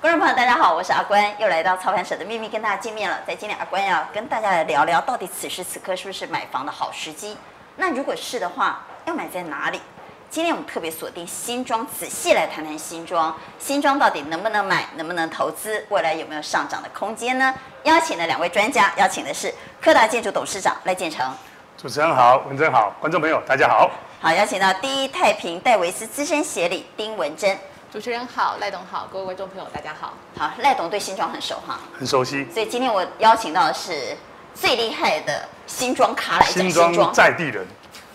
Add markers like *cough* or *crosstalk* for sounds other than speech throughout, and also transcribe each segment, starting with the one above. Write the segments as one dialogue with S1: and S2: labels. S1: 观众朋友，大家好，我是阿关，又来到操盘手的秘密跟大家见面了。在今天，阿关要跟大家来聊聊，到底此时此刻是不是买房的好时机？那如果是的话，要买在哪里？今天我们特别锁定新庄，仔细来谈谈新庄。新庄到底能不能买，能不能投资，未来有没有上涨的空间呢？邀请了两位专家，邀请的是科达建筑董事长赖建成，
S2: 主持人好，文珍好，观众朋友大家好。
S1: 好，邀请到第一太平戴维斯资深协理丁文珍。
S3: 主持人好，赖董好，各位观众朋友大家好。
S1: 好，赖董对新庄很熟哈。
S2: 很熟悉，
S1: 所以今天我邀请到的是最厉害的新庄咖来讲
S2: 新
S1: 新
S2: 庄
S1: 庄
S2: 在地人，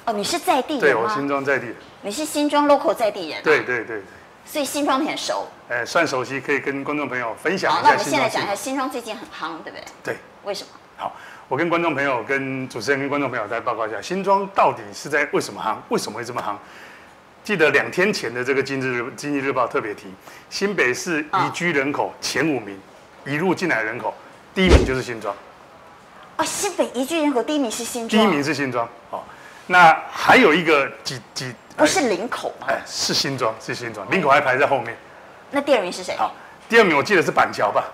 S1: 哦，你是在地
S2: 对
S1: 人
S2: 我
S1: 吗？
S2: 新庄在地人，
S1: 你是新庄 local 在地人、啊，
S2: 对，对对对，
S1: 所以新庄你很熟。
S2: 哎、算熟悉，可以跟观众朋友分享
S1: 好，
S2: 一
S1: 那我
S2: 下
S1: 们
S2: 新
S1: 现在讲
S2: 庄
S1: 一下
S2: 是。
S1: 新庄最近很夯，对不对？
S2: 对，
S1: 为什么？
S2: 好，我跟观众朋友、跟主持人、跟观众朋友再报告一下，新庄到底是在为什么行，为什么会这么行？记得两天前的这个《经济日经济日报》特别提，新北市
S1: 啊
S2: 移居人口前五名，移入进来人口第一名就是新庄。
S1: 哦，新北宜居人口第一名是新
S2: 第
S1: 庄，
S2: 一名是新庄，哦，那还有一个几几
S1: 不
S2: 呃
S1: 是林口吗？
S2: 哎是新庄是新庄，林口还排在后面。
S1: 那第二名是谁？
S2: 好，第二名我记得是板桥吧？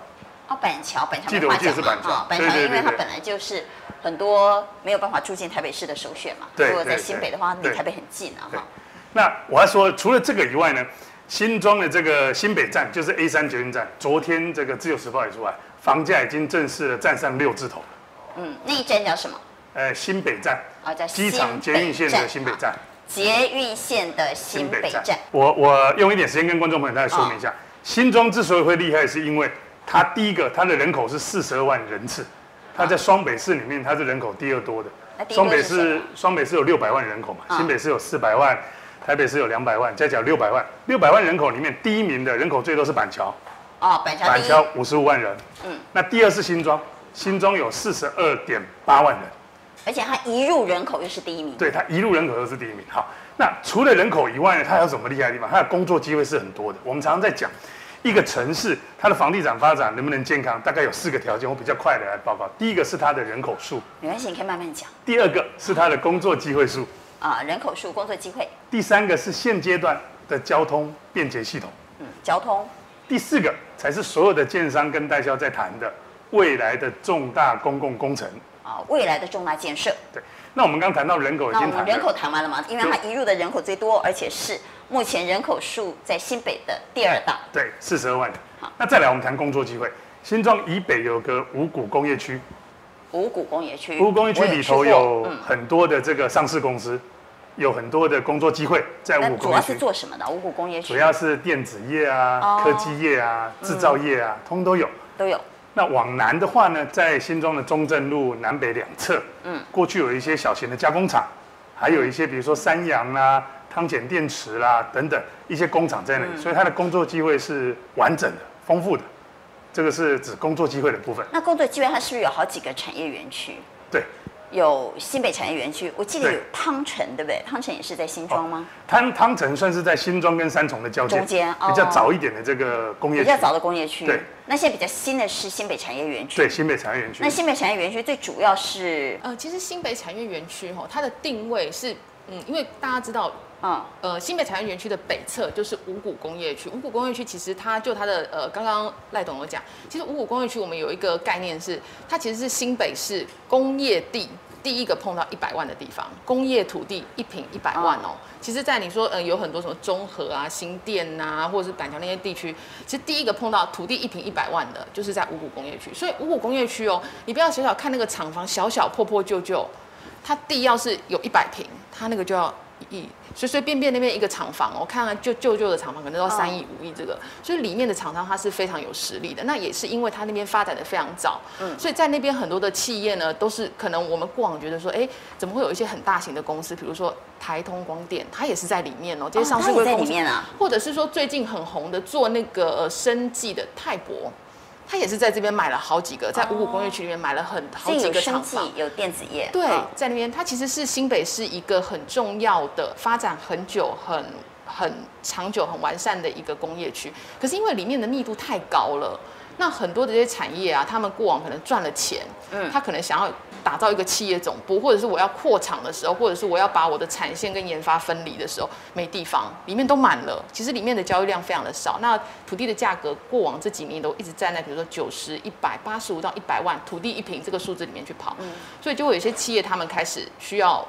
S1: 哦，板桥，板桥
S2: 记得
S1: 没话
S2: 我记得
S1: 讲
S2: 是
S1: 嘛
S2: 板桥
S1: 啊板
S2: 对
S1: 桥
S2: 对
S1: 因为
S2: 对
S1: 它
S2: 对
S1: 本来就是很多没有办法住进台北市的首选嘛。
S2: 对
S1: 如果在
S2: 对
S1: 新
S2: 对
S1: 北的话，离
S2: 对
S1: 台北很近啊
S2: 对
S1: 哈。
S2: 那我还说除了这个以外呢，新庄的这个新北站就是 A 三捷运站，昨天这个自由时报也出来，房价已经正式的站上六字头了。
S1: 嗯，那一站叫什么？
S2: 呃，新北站，
S1: 啊，叫
S2: 机场捷运线的新北站。
S1: 捷运线的新北站。哦
S2: 我我用一点时间跟观众朋友大家说明一下，新庄之所以会厉害，是因为它第一个它的人口是四十二万人次，它在双北市里面它是人口第二多的
S1: 哦那。第一
S2: 双
S1: 多
S2: 北
S1: 是谁啊
S2: 市双北市有六百万人口嘛，
S1: 嗯
S2: 新北市有四百万，台北市有两百万，加起来六百万。六百万人口里面，第一名的人口最多是板桥，
S1: 哦，板桥
S2: 板
S1: 第一，
S2: 桥五十五万人。
S1: 嗯
S2: 嗯，那第二是新庄，新庄有四十二点八万人。
S1: 而且它移入人口又是第一名。
S2: 对，它一路人口都是第一名。好，那除了人口以外呢，它还有什么厉害的地方？它的工作机会是很多的。我们常常在讲，一个城市它的房地产发展能不能健康，大概有四个条件，我比较快的来报告。第一个是它的人口数，
S1: 没关系，你可以慢慢讲
S2: 第二个是它的工作机会数，
S1: 啊。人口数、工作机会、
S2: 第三个是现阶段的交通便捷系统，
S1: 嗯，交通、
S2: 第四个才是所有的建商跟代销在谈的未来的重大公共工程。
S1: 啊，未来的重大建设。
S2: 对，那我们刚谈到人口已
S1: 那
S2: 经
S1: 我
S2: 谈
S1: 们
S2: 了
S1: 人口谈完了吗？因为它移入的人口最多，而且是目前人口数在新北的第二大。
S2: 对，四十二万人
S1: 好。
S2: 那再来，我们谈工作机会。新庄以北有个五股工业区，
S1: 五股工业区，
S2: 五股工业
S1: 嗯
S2: 区
S1: 我也
S2: 里
S1: 去
S2: 头
S1: 过
S2: 有
S1: 嗯，
S2: 很多的这个上市公司，有很多的工作机会在五
S1: 那
S2: 股
S1: 哦主
S2: 工业
S1: 要是
S2: 区。
S1: 做什么的？五股工业区
S2: 主要是电子业啊、
S1: 哦嗯
S2: 科技业啊、制造业啊，通都有。
S1: 都有。
S2: 那往南的话呢，在新庄的中正路南北两侧，嗯，过去有一些小型的加工厂，还有一些比如说三洋啦、汤浅电池啦、等等一些工厂在
S1: 嗯
S2: 那里，所以它的工作机会是完整的、丰富的。这个是指工作机会的部分。
S1: 那工作机会它是不是有好几个产业园区？
S2: 对，
S1: 有新北产业园区，我记得
S2: 对
S1: 有汤城，对不对？汤城也是在新庄吗？
S2: 汤汤城算是在新庄跟三重的交界，
S1: 中间哦
S2: 比较早一点的这个工业
S1: 比
S2: 区，
S1: 较早的工业区。
S2: 对。
S1: 那现在比较新的是新北产业园区。
S2: 对。新北产业园区
S1: 那。新北产业园区最主要是，
S3: 呃，其实新北产业园区吼，它的定位是，嗯，因为大家知道
S1: 嗯，
S3: 呃，新北产业园区的北侧就是五股工业区。五股工业区其实它就它的呃，刚刚赖董有讲，其实五股工业区我们有一个概念是，它其实是新北市工业地第一个碰到一百万的地方，工业土地一平一百万哦。其实，在你说呃有很多什么中和啊、新店呐、或者是板桥那些地区，其实第一个碰到土地一平一百万的，就是在五股工业区。所以五股工业区哦，你不要小小看那个厂房小小破破旧旧。它地要是有一百平，它那个就要一亿，随随便便那边一个厂房哦，我看看就旧旧的厂房可能
S1: 哦
S3: 都要三亿、五亿这个，所以里面的厂商它是非常有实力的。那也是因为它那边发展的非常早，
S1: 嗯
S3: 所以在那边很多的企业呢，都是可能我们过往觉得说，哎，怎么会有一些很大型的公司，比如说台通光电，它也是在里面哦，这些上市
S1: 哦它
S3: 会
S1: 也在
S3: 公
S1: 里
S3: 司
S1: 面啊。
S3: 或者是说最近很红的做那个呃生计的泰博。他也是在这边买了好几个，在五股工业区里面买了很好
S1: 哦所以
S3: 几
S1: 有
S3: 个
S1: 生
S3: 厂
S1: 技
S3: 房，，
S1: 有电子业。
S3: 对
S1: 嗯，
S3: 在那边，它其实是新北市一个很重要的发展很久、很很长久、很完善的一个工业区。可是因为里面的密度太高了，那很多的这些产业啊，他们过往可能赚了钱，嗯，他可能想要打造一个企业总部，或者是我要扩厂的时候，或者是我要把我的产线跟研发分离的时候，没地方，里面都满了。其实里面的交易量非常的少。那土地的价格过往这几年都一直站在比如说九十、一百、八十五到一百万土地一平这个数字里面去跑，所以就会有一些企业他们开始需要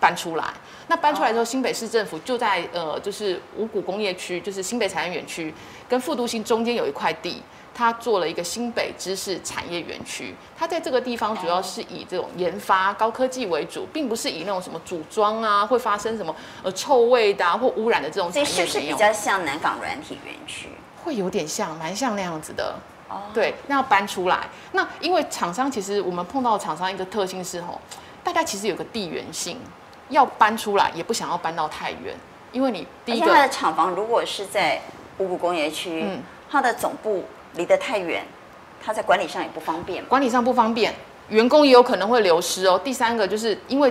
S3: 搬出来。那搬出来
S1: 哦
S3: 之后，新北市政府就在呃，就是五股工业区，就是新北产业园区跟副都心中间有一块地，它做了一个新北知识产业园区。它在这个地方主要是以这种研发高科技为主，并不是以那种什么组装啊，会发生什么呃臭味的、啊、或污染的这种
S1: 所
S3: 产
S1: 以是
S3: 业
S1: 不是
S3: 没
S1: 比
S3: 有
S1: 较像南港软体园区？
S3: 会有点像，蛮像那样子的。
S1: 哦
S3: 对，那要搬出来。那因为厂商其实我们碰到厂商一个特性是吼，大家其实有个地缘性，要搬出来也不想要搬到太远，因为你第
S1: 而
S3: 一
S1: 且它
S3: 个
S1: 的厂房如果是在五股工业区，
S3: 嗯
S1: 它的总部离得太远，它在管理上也不方便嘛。
S3: 管理上不方便，员工也有可能会流失哦。第三个就是因为。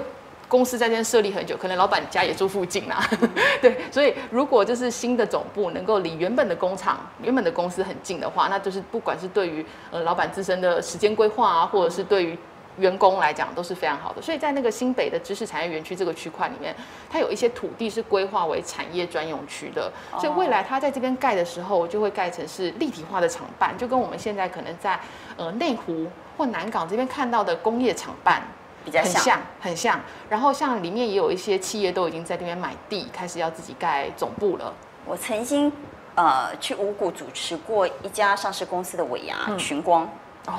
S3: 公司在这边设立很久，可能老板家也住附近啦， *laughs* 对，所以如果就是新的总部能够离原本的工厂、原本的公司很近的话，那就是不管是对于呃老板自身的时间规划啊，或者是对于员工来讲都是非常好的。所以在那个新北的知识产业园区这个区块里面，它有一些土地是规划为产业专用区的，
S1: 哦
S3: 所以未来它在这边盖的时候，就会盖成是立体化的厂办，就跟我们现在可能在呃内湖或南港这边看到的工业厂办。
S1: 比较
S3: 很
S1: 像
S3: 像，很像。然后像里面也有一些企业都已经在这边买地，开始要自己盖总部了。
S1: 我曾经呃去五股主持过一家上市公司的尾牙、
S3: 嗯
S1: 群光，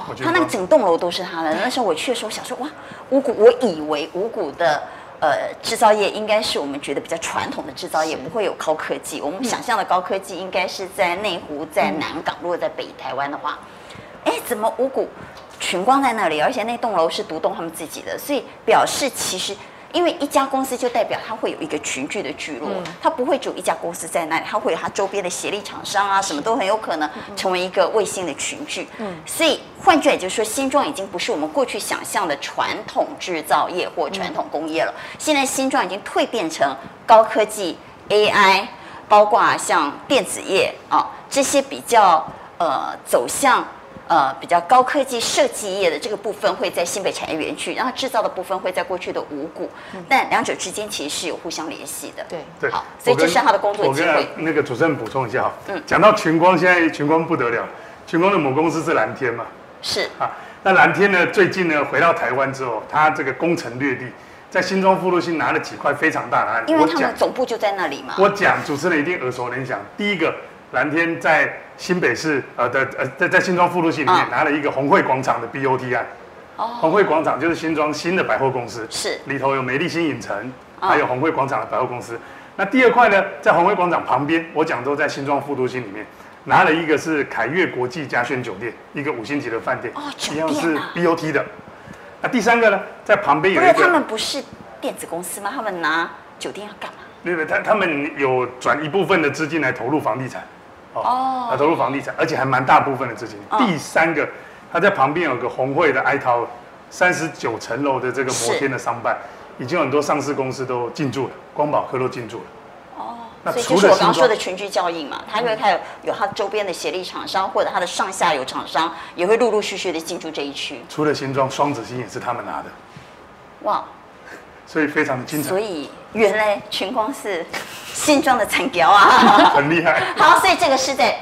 S2: 我觉
S1: 他那个
S2: 得
S1: 整栋楼都是他的。那时候我去的时候，我想说哇，五股，我以为五股的呃制造业应该是我们觉得比较传统的制造业，
S3: 是
S1: 不会有高科技。我们想象的高科技应该是在内湖、在南港，如果在北台湾的话，哎，怎么五股群光在那里？而且那栋楼是独栋他们自己的，所以表示其实。因为一家公司就代表它会有一个群聚的聚落，它不会只有一家公司在那里，它会有它周边的协力厂商啊，什么都很有可能成为一个卫星的群聚。所以换句话就是说，新庄已经不是我们过去想象的传统制造业或传统工业了，现在新庄已经蜕变成高科技、AI，包括像电子业啊这些比较呃走向呃比较高科技设计业的这个部分会在新北产业园区，然后制造的部分会在过去的五股，但两者之间其实是有互相联系的。
S3: 对，
S2: 对
S1: 好，所以这是他的工作
S2: 我
S1: 机
S2: 跟
S1: 会。嗯
S2: 那个主持人补充一下哈，讲到群光，现在群光不得了，群光的母公司是蓝天嘛，
S1: 是
S2: 啊，那蓝天呢，最近呢回到台湾之后，它这个攻城略地，在新庄附路新拿了几块非常大的案子。
S1: 因为
S2: 我
S1: 他
S2: 讲
S1: 们总部就在那里嘛。
S2: 我讲，主持人一定耳熟能详。第一个，蓝天在新北市呃的呃在在新庄附路系里面
S1: 嗯
S2: 拿了一个红会广场的 BOT 案。
S1: 哦
S2: 红会广场就是新庄新的百货公司，
S1: 是啊
S2: 里头有美丽新影城，还有红会广场的百货公司。那第二块呢，在红会广场旁边，我讲都在新庄副都心里面拿了一个是凯悦国际嘉轩酒店，一个五星级的饭店，
S1: 哦酒
S2: 一样
S1: 店
S2: 是
S1: 啊
S2: BOT 的。那第三个呢，在旁边有
S1: 不
S2: 一
S1: 是
S2: 个，
S1: 他们不是电子公司吗？他们拿酒店要干嘛？
S2: 对对，他他们有转一部分的资金来投入房地产，
S1: 哦
S2: 啊，投入房地产，而且还蛮大部分的资金。
S1: 嗯
S2: 第三个，他在旁边有个红会的 i t 三十九层楼的这个摩天的商办，已经有很多上市公司都进驻了，光宝科都进驻了。哦，那
S1: 所以就
S2: 除
S1: 是
S2: 了
S1: 我刚
S2: 新
S1: 刚说
S2: 庄
S1: 的，群聚效应嘛，它就会开始有它周边的协力厂商或者它的上下游厂商也会陆陆续续的进驻这一区。
S2: 除了新庄，双子星也是他们拿的，
S1: 哇，
S2: 所以非常的精彩
S1: 所，以原来群光是新装的产条
S2: *laughs*
S1: 啊。
S2: 很厉害。
S1: *laughs* 好，所以这个是在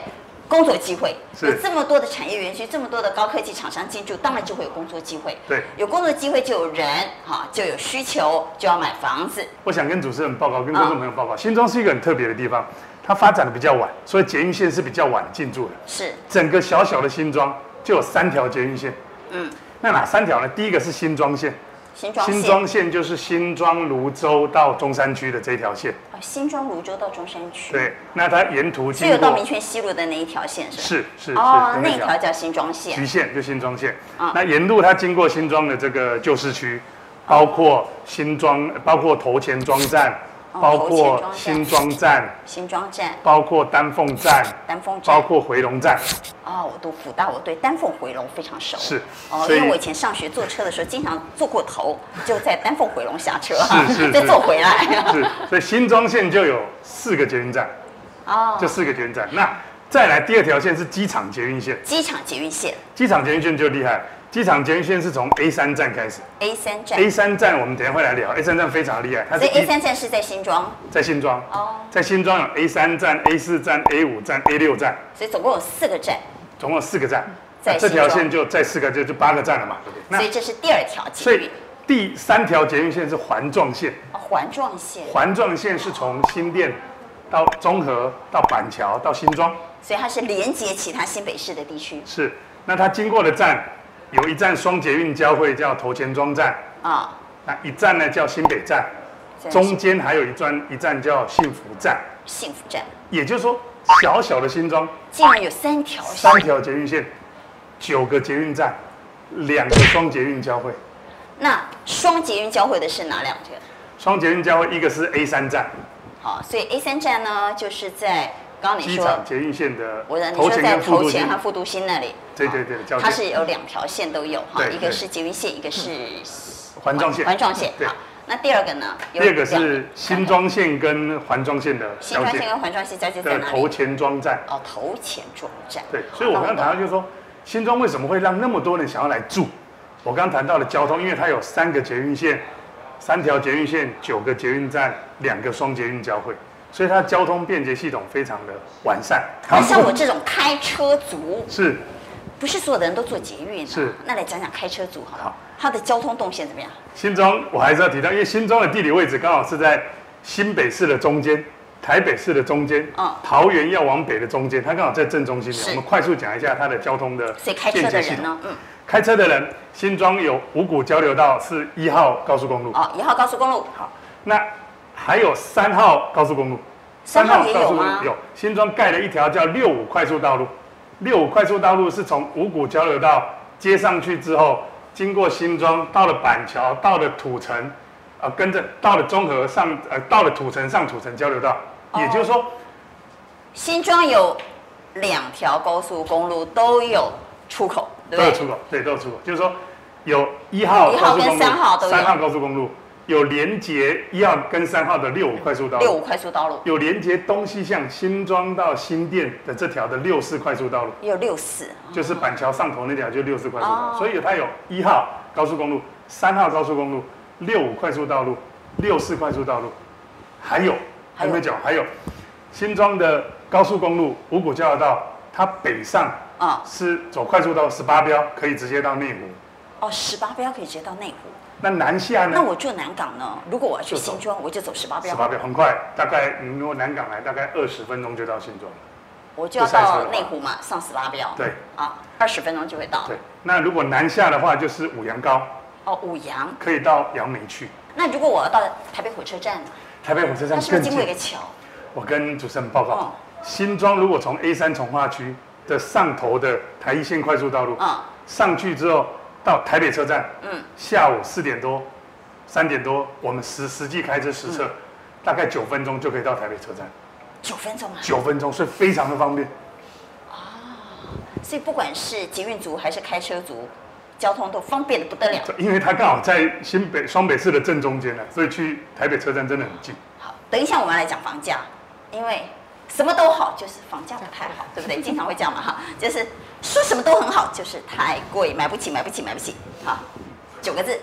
S1: 工作机会，
S2: 是
S1: 有这么多的产业园区，这么多的高科技厂商进驻，当然就会有工作机会。
S2: 对
S1: 有工作机会就有人，哈，就有需求，就要买房子。
S2: 我想跟主持人报告，跟观众朋友报告，
S1: 嗯
S2: 新庄是一个很特别的地方，它发展的比较晚，所以捷运线是比较晚进驻的。
S1: 是
S2: 整个小小的新庄就有三条捷运线。
S1: 嗯
S2: 嗯，那哪三条呢？第一个是新庄线，
S1: 新庄
S2: 新
S1: 县，
S2: 庄线就是新庄、泸州到中山区的这一条线。
S1: 哦新庄泳州到中山区，，
S2: 对，那它沿途
S1: 所以有
S2: 经
S1: 到
S2: 过
S1: 民权西路的那一条线是吧？
S2: 是是是
S1: 哦，
S2: 就
S1: 那一条叫新庄线
S2: 橘。线就新庄线
S1: 嗯。
S2: 那沿路它经过新庄的这个旧市区，包括新庄，包括头前庄站，
S1: 哦
S2: 包
S1: 头前
S2: 括
S1: 庄站
S2: 新庄站，
S1: 新庄站、
S2: 包括丹凤站，
S1: 丹凤站
S2: 包，括回龙站。
S1: 哦，我读福大，我对丹凤回龙非常熟。
S2: 是
S1: 哦，因
S2: 所以
S1: 为我以前上学坐车的时候，经常坐过头，就在丹凤回龙下车，
S2: 是
S1: *laughs*
S2: 是
S1: 再
S2: 是
S1: 坐回来。 *laughs*
S2: 是，所以新庄线就有四个捷运站。
S1: 哦，
S2: 这四个捷运站。那再来第二条线是机场捷运线，
S1: 机场捷运线
S2: 机场捷运线就厉害了，机场捷运线是从 A 三站开始
S1: A 三站，
S2: ，A 三站我们等一下会来聊，A 三站非常厉害，它
S1: 所
S2: 是
S1: 以 A
S2: 一
S1: 三站是在新庄
S2: 在新庄，
S1: 哦，
S2: 在新庄有 A 三站、A 四站、A 五站、A 六站，
S1: 所以总共有四个站，
S2: 总共有四个站，
S1: 在
S2: 那这条
S1: 新庄
S2: 线就在四个就就八个站了嘛，对不对？
S1: 所
S2: 那
S1: 以这是第二条
S2: 所
S1: 捷
S2: 以
S1: 运。
S2: 第三条捷运线是环状线，
S1: 哦环状线，
S2: 环状线是从新店到中和到板桥到新庄，
S1: 所以它是连接其他新北市的地区
S2: 是。那它经过的站有一站双捷运交汇叫头前庄站，
S1: 啊。
S2: 那一站呢叫新北站，
S1: 所以是
S2: 中间还有一站一站叫幸福站。
S1: 幸福站
S2: 也就是说，小小的新庄
S1: 竟然有三条线
S2: 三，条捷运线，九个捷运站，两个双捷运交汇。
S1: 那双捷运交汇的是哪两个？
S2: 双捷运交汇，一个是 A 三站，
S1: 好，所以 A 三站呢，就是在刚刚你
S2: 机
S1: 说
S2: 场，捷运线的
S1: 我的你
S2: 头
S1: 说
S2: 前
S1: 在
S2: 跟副
S1: 头
S2: 都
S1: 前
S2: 线
S1: 和，复都新那里，
S2: 对对对
S1: 好
S2: 交界
S1: 它是有两条线都有哈，
S2: 对
S1: 一个
S2: 对
S1: 是捷运线，一个是
S2: 环状线。
S1: 环状线。
S2: 对
S1: 好，那第二个呢？有
S2: 第二个
S1: 两
S2: 是新庄线跟环状线的
S1: 新
S2: 交
S1: 庄
S2: 界
S1: 线跟环状线交接在
S2: 的
S1: 哪
S2: 头
S1: 里？
S2: 前庄站。
S1: 哦，头前庄站。
S2: 对，所以我
S1: 好
S2: 刚刚
S1: 那
S2: 谈到
S1: 懂
S2: 就是说，新庄为什么会让那么多人想要来住？我刚刚谈到了交通，因为它有三个捷运线，三条捷运线，九个捷运站，两个双捷运交汇，所以它交通便捷系统非常的完善。
S1: 那像我这种开车族，
S2: 是
S1: 不是所有的人都坐捷运、啊。
S2: 是。
S1: 那来讲讲开车族好了，
S2: 好
S1: 它的交通动线怎么样？
S2: 新庄，我还是要提到，因为新庄的地理位置刚好是在新北市的中间。台北市的中间，
S1: 嗯
S2: 桃园要往北的中间，它刚好在正中心点。
S1: 是
S2: 我们快速讲一下它的交通的
S1: 所以开车
S2: 便
S1: 的
S2: 捷系
S1: 人
S2: 统。
S1: 呢，嗯，
S2: 开车的人，新庄有五股交流道是一号高速公路，
S1: 哦，一号高速公路，
S2: 好，那还有三号高速公路，
S1: 三号也
S2: 高
S1: 有
S2: 速公
S1: 吗
S2: 路？有新庄盖了一条叫六五快速道路，六五快速道路是从五股交流道接上去之后，经过新庄到了板桥，到了土城，呃，跟着到了中和上，呃，到了土城上土城交流道，
S1: 哦
S2: 也就是说
S1: 新庄有两条高速公路都有出口，对不
S2: 都有
S1: 对？
S2: 出口，对，都有出口，就是说有一号
S1: 一号
S2: 高速公
S1: 跟
S2: 路，
S1: 三号都有
S2: 三号高速公路有连接一号跟三号的六五快速道路
S1: 六。五快速道路
S2: 有连接东西向新庄到新店的这条的六四快速道路，
S1: 也有六四，
S2: 就是板桥上头那条就六四快速道
S1: 哦
S2: 路，所以它有一号高速公路、三号高速公路、六五快速道路、六四快速道路，还有
S1: 还
S2: 还
S1: 有
S2: 没讲，还有新庄的高速公路五股交流道，它北上
S1: 啊、
S2: 是走快速道十八标，可以直接到内湖。
S1: 哦，十八标可以直接到内湖。
S2: 那南下
S1: 那
S2: 呢？
S1: 我住南港呢，如果我要去新庄，我就走十八
S2: 嗯十
S1: 标，
S2: 八标很快，大概你如果南港来，大概二十分钟就到新庄了。
S1: 我就要
S2: 不塞车
S1: 到
S2: 的话
S1: 内湖嘛，上十八标。
S2: 对
S1: 啊，二十分钟就会到。
S2: 对，那如果南下的话，就是五羊高。
S1: 哦，五羊。
S2: 可以到杨梅去。
S1: 那如果我要到台北火车站呢，
S2: 台北火车站
S1: 那是不
S2: 更
S1: 是经过一
S2: 近。
S1: 个桥？
S2: 我跟主持人报告，
S1: 哦
S2: 新庄如果从 A 三从化区的上头的台一线快速道路、
S1: 嗯，
S2: 上去之后，到台北车站，
S1: 嗯，
S2: 下午四点多、三点多，我们实实际开车实测，大概九分钟就可以到台北车站，
S1: 九分钟啊。
S2: 九分钟，所以非常的方便。
S1: 所以不管是捷运族还是开车族，交通都方便的不得了。
S2: 因为它刚好在新北双北市的正中间呢，啊所以去台北车站真的很近。
S1: 好，等一下我们要来讲房价，因为什么都好，就是房价不太好，对不对？经常会这样嘛哈，就是说什么都很好，就是太贵，买不起，买不起，买不起。好，九个字，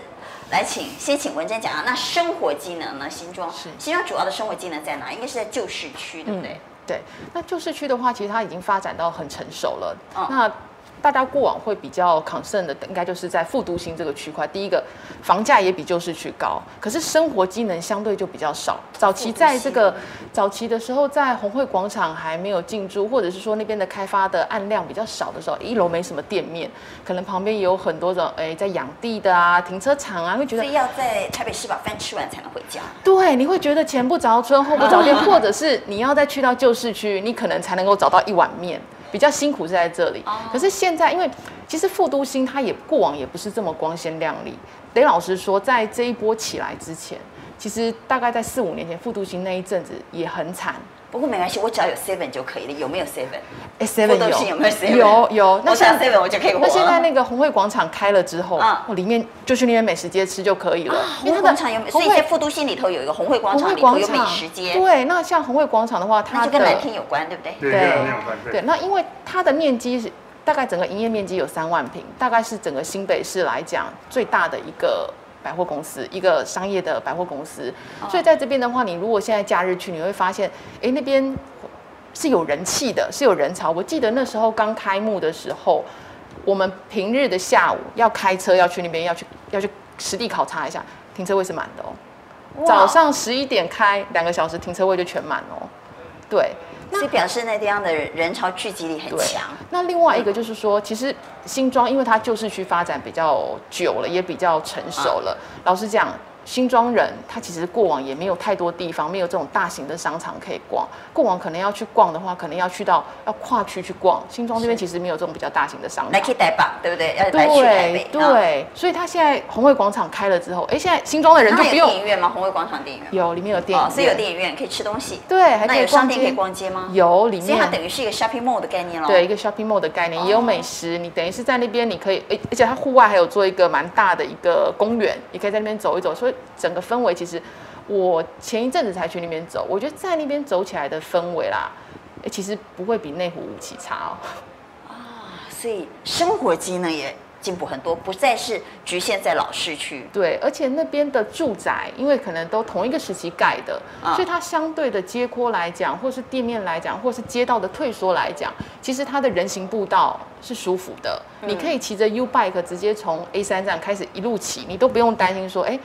S1: 来请先请文珍讲啊。那生活机能呢？新庄
S3: 是
S1: 新庄主要的生活机能在哪？应该是在旧市区，对不对？
S3: 对，那旧市区的话，其实它已经发展到很成熟了。
S1: 嗯
S3: 那大家过往会比较 concern 的，应该就是在副都心这个区块。第一个，房价也比旧市区高，可是生活机能相对就比较少。早期在这个早期的时候，在红会广场还没有进驻，或者是说那边的开发的案量比较少的时候，一楼没什么店面，可能旁边也有很多种哎在养地的啊、停车场啊，会觉得
S1: 所以要在台北市把饭吃完才能回家。
S3: 对，你会觉得前不着村后不着
S1: *laughs*
S3: 店，或者是你要再去到旧市区，你可能才能够找到一碗面，比较辛苦是在这里。
S1: 哦
S3: 可是现在，因为其实副都心它也过往也不是这么光鲜亮丽。雷老师说，在这一波起来之前，其实大概在四五年前，复读型那一阵子也很惨。
S1: 不过没关系，我只要有 seven 就可以了。有没有 seven？
S3: 哎，seven
S1: 复读型有没有 seven？
S3: 有有。
S1: 我
S3: 那
S1: 只
S3: 现
S1: 要
S3: 在
S1: seven 我就可以活啊了。
S3: 那现在那个红会广场开了之后，哦
S1: 嗯啊
S3: 我里面就去那边美食街吃就可以了。
S1: 红
S3: 因为
S1: 会
S3: 它的
S1: 广场有，所以
S3: 红
S1: 在
S3: 会
S1: 复都心里头有一个红会广
S3: 红
S1: 场，
S3: 会
S1: 里头
S3: 广
S1: 有美
S3: 场
S1: 食街，
S3: 对，那像红会广场的话，
S1: 那
S3: 它
S1: 就跟蓝
S3: 的
S1: 天有关，对不对？
S2: 对，跟蓝天有关。
S3: 对，
S2: 对，
S3: 那因为它的面积是大概整个营业面积有三万平，大概是整个新北市来讲最大的一个百货公司，一个商业的百货公司。
S1: 哦
S3: 所以在这边的话，你如果现在假日去，你会发现，哎，那边是有人气的，是有人潮。我记得那时候刚开幕的时候，我们平日的下午要开车要去那边，要去要去实地考察一下，停车位是满的哦。
S1: 哇
S3: 早，上十一点开，两个小时停车位就全满哦。对，
S1: 所以表示那地方的人潮聚集力很
S3: 对
S1: 强。
S3: 那另外一个就是说，其实新庄因为它旧市区发展比较久了，也比较成熟了。
S1: 嗯
S3: 老实讲，新庄人他其实过往也没有太多地方，没有这种大型的商场可以逛。过往可能要去逛的话，可能要去到要跨区去逛。新庄这边其实没有这种比较大型的商
S1: 来
S3: 场
S1: 去。台北，对不对？要来去台
S3: 对
S1: 北。啊，
S3: 对，所以他现在红会广场开了之后，哎，现在新庄的人
S1: 然
S3: 就
S1: 后有
S3: 不
S1: 电
S3: 用
S1: 影院吗？红会广场电影院。
S3: 有里面有电
S1: 哦，
S3: 影
S1: 所以有
S3: 院，
S1: 电影院可以吃东西，
S3: 对，还
S1: 那
S3: 可以
S1: 有商
S3: 逛
S1: 店可以
S3: 街，
S1: 逛街吗？，
S3: 有里
S1: 所以它
S3: 面
S1: 等于哦是一个 shopping mall 的概念喽。
S3: 对，一，个 shopping mall 的概念，也有美食，你等于是在那边你可以，而而且它户外还有做一个蛮大的一个公园，你可以在那边走一走，所以整个氛围其实我前一阵子才去那边走，我觉得在那边走起来的氛围啦，诶其实不会比内湖五期差哦。
S1: 所以生活机能也进步很多，不再是局限在老市区。
S3: 对，而且那边的住宅，因为可能都同一个时期盖的，
S1: 嗯
S3: 所以它相对的街廓来讲，或是店面来讲，或是街道的退缩来讲，其实它的人行步道是舒服的，
S1: 嗯
S3: 你可以骑着 U bike 直接从 A 三站开始一路骑，你都不用担心说，哎，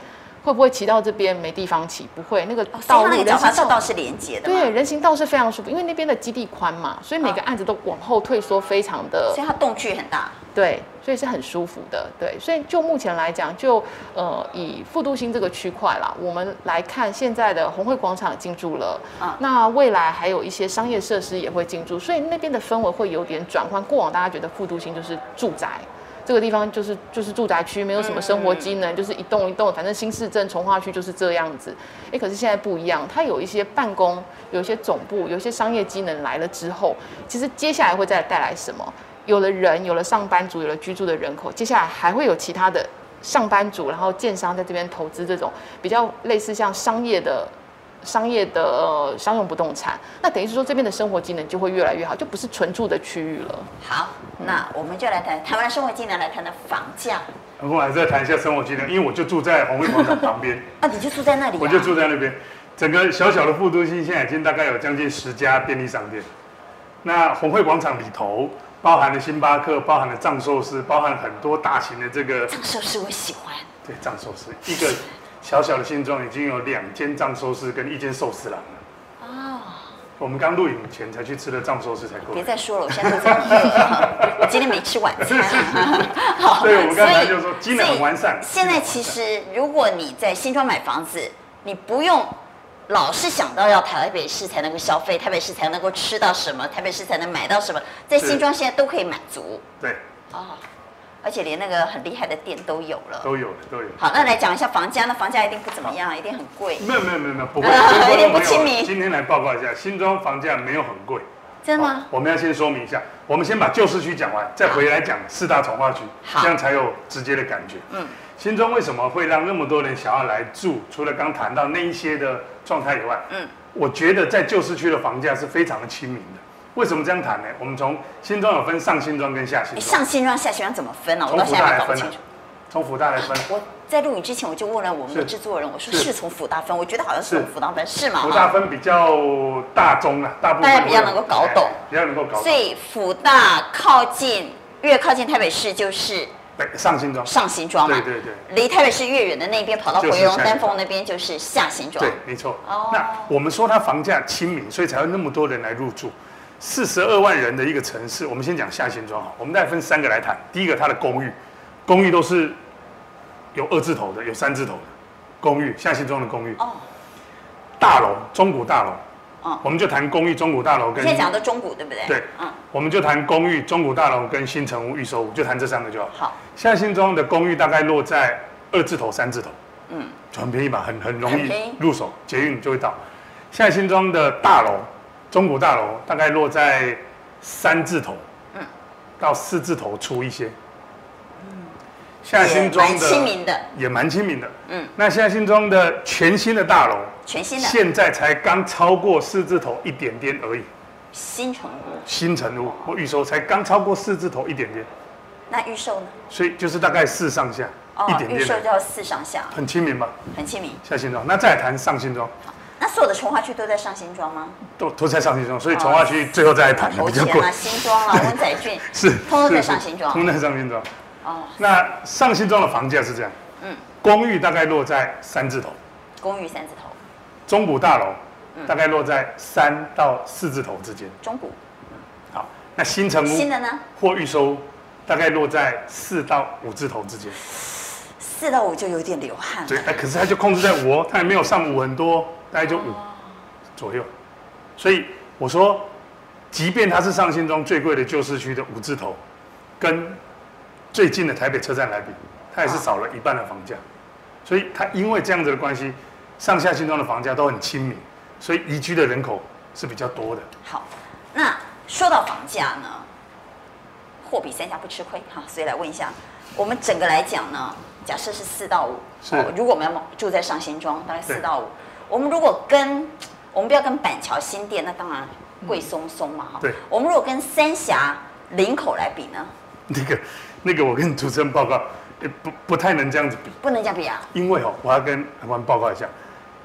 S3: 会不会骑到这边没地方骑？不会，那个
S1: 哦，所以
S3: 道
S1: 它
S3: 路、
S1: 那个
S3: 人
S1: 脚
S3: 行
S1: 滑
S3: 道
S1: 道道是连接的嘛，
S3: 对，人行道是非常舒服，因为那边的基地宽嘛，所以每个案子都往后退缩，非常的
S1: 所以它动距很大。
S3: 对，所以是很舒服的。对，所以就目前来讲，就呃以复都新这个区块啦，我们来看现在的红会广场进驻了，
S1: 啊
S3: 那未来还有一些商业设施也会进驻，所以那边的氛围会有点转换。过往大家觉得复都新就是住宅。这个地方就是就是住宅区，没有什么生活机能，就是一栋一栋，反正新市镇从化区就是这样子。哎，可是现在不一样，它有一些办公，有一些总部，有一些商业机能来了之后，其实接下来会再带来什么？有了人，有了上班族，有了居住的人口，接下来还会有其他的上班族，然后建商在这边投资这种比较类似像商业的。商业的呃商用不动产，那等于是说这边的生活机能就会越来越好，就不是纯住的区域了。
S1: 好，那我们就来谈台湾的生活技能，来谈谈房价。
S2: 我们还是要谈一下生活技能，因为我就住在红会广场旁边，
S1: 啊，你就住在那里、啊？
S2: 我就住在那边。整个小小的富都新现在已经大概有将近十家便利商店。那红会广场里头包含了星巴克，包含了藏寿司，包含很多大型的这个
S1: 藏寿司，我喜欢。
S2: 对藏寿司，一个小小的新庄已经有两间藏寿司跟一间寿司郎了。
S1: 哦
S2: 我们刚录影前才去吃的藏寿司才够
S1: 别。再说了，我现在都在饿了， *laughs* 我今天没吃晚餐。啊好，
S2: 对，我们刚才
S1: 所
S2: 就
S1: 以
S2: 说机能很完善。
S1: 现在其实，如果你在新庄买房子，你不用老是想到要台北市才能够消费，台北市才能够吃到什么，台北市才能买到什么，在
S2: 是
S1: 新庄现在都可以满足
S2: 对，
S1: 哦，而且连那个很厉害的店都有了。
S2: 都有的，都有的。
S1: 好，那来讲一下房价，那房价一定不怎么样，啊一定很贵，
S2: 没有没有没有没有，不会，
S1: 一啊定不
S2: 没有
S1: 亲民
S2: 今天来报告一下，新庄房价没有很贵。
S1: 真的
S2: 好
S1: 吗？
S2: 我们要先说明一下，我们先把旧市区讲完，再回来讲四大从化区，
S1: 好
S2: 这样才有直接的感觉。嗯，新庄为什么会让那么多人想要来住？除了刚谈到那一些的状态以外，
S1: 嗯，
S2: 我觉得在旧市区的房价是非常的亲民的。为什么这样谈呢？我们从新庄有分上新庄跟下新
S1: 你
S2: 庄，
S1: 哎上新庄下新庄怎么分呢、我
S2: 从
S1: 到现
S2: 福
S1: 在
S2: 大
S1: 还没
S2: 来
S1: 搞
S2: 分、
S1: 清
S2: 啊
S1: 楚。，啊
S2: 从福大来分，
S1: 我在录影之前我就问了我们的
S2: 是
S1: 制作人，我说
S2: 是
S1: 是从福大分，我觉得好像是
S2: 是
S1: 从福大分，是吗？
S2: 福
S1: 哈
S2: 大分比较大宗啊，大部分
S1: 啊大家比较能够搞懂
S2: 哎比较能够搞
S1: 所
S2: 懂。
S1: 以辅大靠近越靠近台北市就是
S2: 对，上新庄，
S1: 上新庄嘛，
S2: 对对对。
S1: 离台北市越远的那边，跑到
S2: 就是
S1: 回龙
S2: 下新
S1: 丹凤
S2: 庄
S1: 那边就是下新庄
S2: 对。，没错。
S1: 哦
S2: 那我们说它房价亲民，所以才会那么多人来入住。四十二万人的一个城市，我们先讲下新庄哈，我们再分三个来谈。第一个，它的公寓，公寓都是有二字头的，有三字头的公寓，下新庄的公寓。
S1: 哦，
S2: 大楼，中古大楼。
S1: 嗯
S2: 我们就谈公寓、中古大楼
S1: 你
S2: 跟
S1: 现在讲的中古对不对？
S2: 对
S1: 嗯，
S2: 我们就谈公寓、中古大楼跟新城屋、预售屋，就谈这三个就好。
S1: 好，
S2: 现在新庄的公寓大概落在二字头、三字头，嗯，很便宜吧，很很容
S1: 很
S2: 易
S1: 便宜
S2: 入手，捷运就会到。现在新庄的大楼，中古大楼大概落在三字头，
S1: 嗯
S2: 到四字头出一些。现在
S1: 也
S2: 新庄
S1: 蛮亲
S2: 的
S1: 民的，
S2: 也蛮亲民的，
S1: 嗯，
S2: 那现在新庄的全新的大楼，
S1: 全新的
S2: 现在才刚超过四字头一点点而已，
S1: 新城屋。
S2: 新城
S1: 哦
S2: 屋我预售才刚超过四字头一点点，
S1: 那预售呢？
S2: 所以就是大概四上下、
S1: 哦
S2: 一，点
S1: 预
S2: 点
S1: 售
S2: 的，
S1: 就要四上下，
S2: 很亲民吧？
S1: 很亲民。
S2: 现在新庄，那再来谈上新庄，
S1: 那所有的从化区都在上新庄吗？
S2: 都都在上新庄，所以
S1: 哦
S2: 从化区最后再来谈的
S1: 头
S2: 比较
S1: 前
S2: 贵
S1: 啊、，新庄啊、温仔郡
S2: 是
S1: 通通在
S2: 是是
S1: 上新庄
S2: 通通在上新庄。
S1: 哦，
S2: 那上新庄的房价是这样，
S1: 嗯
S2: 公寓大概落在三字头，
S1: 公寓三字头，
S2: 中古大楼
S1: 嗯
S2: 大概落在三到四字头之间。
S1: 中古
S2: 好，那新城
S1: 新
S2: 屋
S1: 的呢，
S2: 或预收大概落在四到五字头之间。
S1: 四到五就有点流汗
S2: 对，
S1: 了。
S2: 哎，可是它就控制在五哦，它也没有上五很多，大概就五左右。所以我说，即便它是上新庄最贵的旧市区的五字头，跟最近的台北车站来比，它也是少了一半的房价。所以它因为这样子的关系，上下新庄的房价都很亲民，所以宜居的人口是比较多的。
S1: 好，那说到房价呢，货比三家不吃亏哈，所以来问一下，我们整个来讲呢，假设是四到五，
S2: 是
S1: 如果我们要住在上新庄，当然四
S2: 对
S1: 到五，我们如果跟我们不要跟板桥新店，那当然贵松松嘛哈，
S2: 对
S1: 我们如果跟三峡林口来比呢，
S2: 那个，那个，我跟主持人报告，呃不不太能这样子比，
S1: 不能这样比啊。
S2: 因为哦，我要跟台湾报告一下，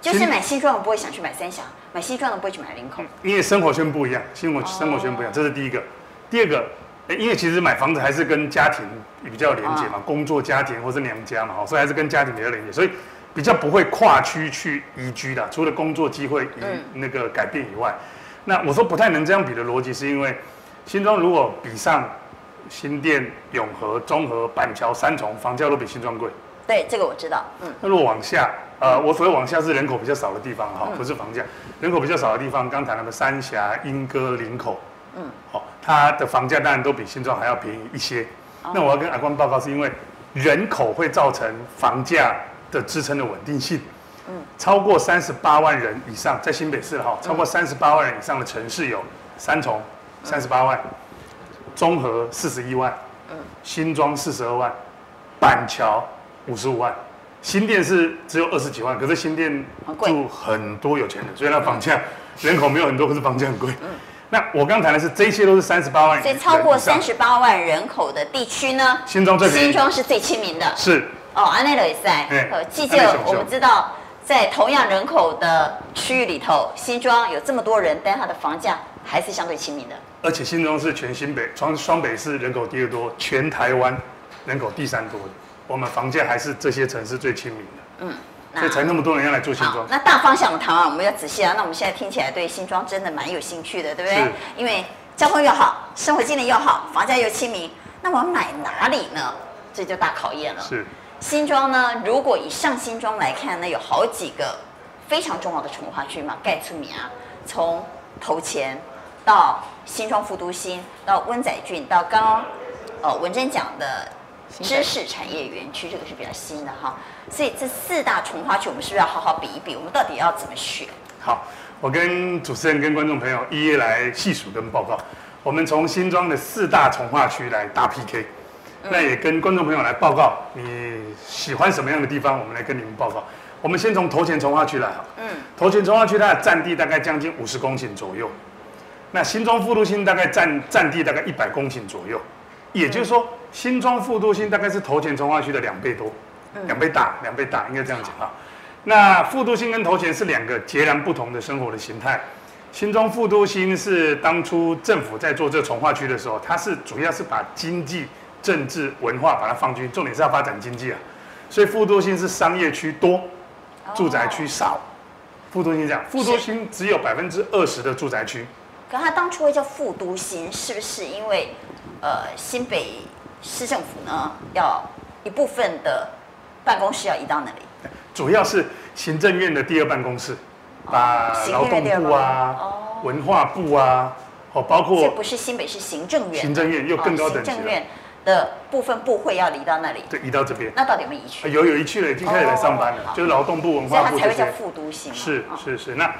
S1: 就是
S2: 新嗯
S1: 买西装的不会想去买三峡，买西装的不会去买林口。
S2: 因为生活圈不一样，生活生活圈不一样，这是第一个。第二个，诶因为其实买房子还是跟家庭比较连结嘛，工作、家庭或是娘家嘛，哦所以还是跟家庭比较连结，所以比较不会跨区去移居的。除了工作机会移、那个改变以外，那我说不太能这样比的逻辑，是因为新庄如果比上新店、永和、中和、板桥、三重，房价都比新庄贵。
S1: 对，这个我知道。嗯，
S2: 那如果往下，呃，我所谓往下是人口比较少的地方哈，不是房价，人口比较少的地方，刚谈了三峡、莺歌、林口，
S1: 嗯
S2: 嗯，好、它的房价当然都比新庄还要便宜一些。
S1: 哦
S2: 那我要跟阿光报告，是因为人口会造成房价的支撑的稳定性。嗯，超过三十八万人以上，在新北市了哈，
S1: 嗯
S2: 超过三十八万人以上的城市有三重
S1: 嗯
S2: 三十八万，中和四十一万，
S1: 嗯
S2: 新庄四十二万，板桥五十五万，新店是只有二十几万，可是新店
S1: 很贵嗯
S2: 住很多有钱人，所以它房价人口没有很多，可是房价很贵。那我刚谈的是这些都是三十八万人
S1: 所
S2: 以
S1: 以
S2: 上，
S1: 超过三十八万人口的地区呢，
S2: 新庄最便宜
S1: 新庄是最亲民的。
S2: 是
S1: 哦，安内勒也在
S2: 哎。
S1: 呃，记
S2: 安内
S1: 得
S2: 熊熊
S1: 我们知道，在同样人口的区域里头，新庄有这么多人，但它的房价还是相对亲民的。
S2: 而且新庄是全新北双双北市人口第二多，全台湾人口第三多的，我们房价还是这些城市最亲民的，
S1: 那
S2: 所以才那么多人要来住新
S1: 好
S2: 庄，。
S1: 那大方向我们谈完，我们要仔细啊。那我们现在听起来对新庄真的蛮有兴趣的，对不对
S2: 是？
S1: 因为交通又好，生活机能又好，房价又亲民，那我要买哪里呢？这就大考验了。
S2: 是
S1: 新庄呢，如果以上新庄来看呢，有好几个非常重要的从化区嘛，盖出名啊，从头前到新庄副都心，到温仔郡，到刚刚呃文珍讲的知识产业园区，这个是比较新的哈。所以这四大从化区，我们是不是要好好比一比，我们到底要怎么选？
S2: 好，我跟主持人跟观众朋友一一来细数跟报告。我们从新庄的四大从化区来大 PK，、那也跟观众朋友来报告你喜欢什么样的地方，我们来跟你们报告。我们先从头前从化区来好，嗯，头前从化区它的占地大概将近五十公顷左右，那新庄副都心大概占占地大概一百公顷左右，也就是说，新庄副都心大概是头前从化区的两倍多，两倍大，两倍大，应该这样讲啊。那副都心跟头前是两个截然不同的生活的形态。新庄副都心是当初政府在做这从化区的时候，它是主要是把经济、政治、文化把它放进去，重点是要发展经济啊。所以副都心是商业区多，住宅区少。副都心这样，副都心只有百分之二十的住宅区，
S1: 可它当初会叫副都心，是不是因为呃新北市政府呢要一部分的办公室要移到那里？
S2: 主要是行政院的第二办公室，把
S1: 哦行
S2: 劳
S1: 政院
S2: 动
S1: 第二
S2: 部
S1: 办
S2: 啊、
S1: 公室哦
S2: 文化部啊，哦，包
S1: 这
S2: 括
S1: 不是新北市行政院，啊哦
S2: 行政院又更高等级
S1: 行政
S2: 了。
S1: 院的部分部会要移到那里，
S2: 对，移到这边。
S1: 那到底有没有移
S2: 啊
S1: 去？
S2: 有有一去了，已经开始来上班了，
S1: 哦
S2: 就是劳动部、文
S1: 所以
S2: 化
S1: 它
S2: 部
S1: 才
S2: 这
S1: 会叫
S2: 些。
S1: 复都性嘛。
S2: 是
S1: 嗯
S2: 是是，那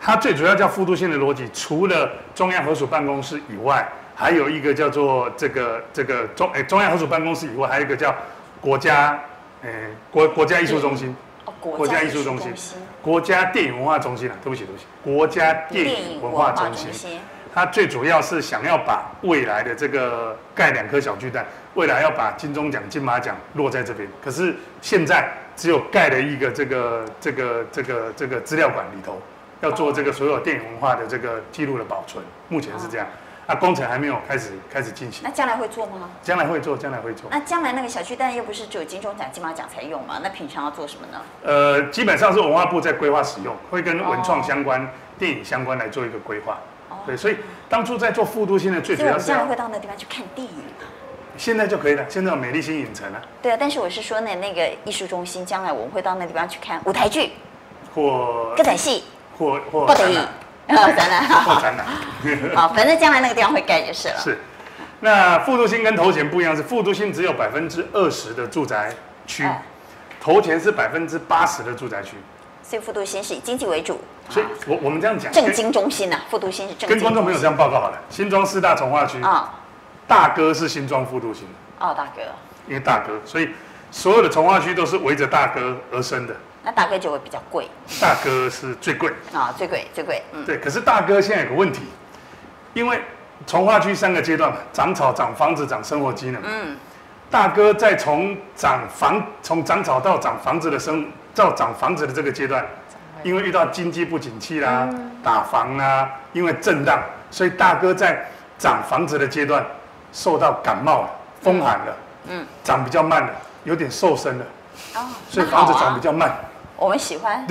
S2: 它最主要叫复都性的逻辑，除了中央合署办公室以外，还有一个叫做这个这个中哎、中央合署办公室以外，还有一个叫国家哎、国国家艺术中心、
S1: 哦，
S2: 国
S1: 国
S2: 家
S1: 家
S2: 艺
S1: 艺
S2: 术
S1: 术
S2: 中
S1: 中
S2: 心
S1: 心、
S2: 国家电影文化中心啊，对不起对不起，国家电影文化中心。
S1: 心，
S2: 它最主要是想要把未来的这个盖两颗小巨蛋，未来要把金钟奖、金马奖落在这边。可是现在只有盖了一个这个这个这个这个资料馆里头，要做这个所有电影文化的这个记录的保存，目前是这样。啊，工程还没有开始开始进行，
S1: 那将来会做吗？
S2: 将来会做，将来会做。
S1: 那将来那个小巨蛋又不是只有金钟奖、金马奖才用嘛？那平常要做什么呢？
S2: 呃，基本上是文化部在规划使用，会跟文创相关、电影相关来做一个规划。对，所以当初在做复都新的最
S1: 哦所
S2: 主
S1: 以我
S2: 要
S1: 们
S2: 是
S1: 将来
S2: 要
S1: 会到那个地方去看电影嘛。
S2: 现在就可以了，现在有美丽新影城了、
S1: 对啊，但是我是说呢，那个艺术中心将来我们会到那地方去看舞台剧、
S2: 或
S1: 歌仔戏、
S2: 或或
S1: 不得已
S2: 展览，
S1: 呃，展览好，
S2: 或展览
S1: 啊好，反正将来那个地方会盖就是了。
S2: 是。那复读新跟头前不一样，是复读新只有百分之二十的住宅区
S1: 哎，
S2: 头前是百分之八十的住宅区，
S1: 所以复读新是以经济为主，
S2: 所以我我们这样讲，
S1: 啊正
S2: 跟
S1: 经中心呐、啊，复读新是正经。
S2: 跟观众朋友这样报告好了，新庄四大从化区，
S1: 啊、
S2: 大哥是新庄复读新，
S1: 哦，大哥，
S2: 因为大哥，所以所有的从化区都是围着大哥而生的，
S1: 那大哥就会比较贵
S2: 大哥是最贵。
S1: 啊、最贵最贵，嗯，
S2: 对，可是大哥现在有个问题，因为从化区三个阶段嘛，涨草、涨房子、涨生活机能。嗯，大哥在从涨房、从涨草到涨房子的生到涨房子的这个阶段，因为遇到经济不景气啦、
S1: 嗯
S2: 打房啦，因为震荡，所以大哥在涨房子的阶段受到感冒了、风寒了，嗯，涨比较慢了，有点瘦身了，
S1: 哦，
S2: 所以
S1: 那
S2: 房子
S1: 好啊
S2: 涨比较慢。
S1: 我们喜欢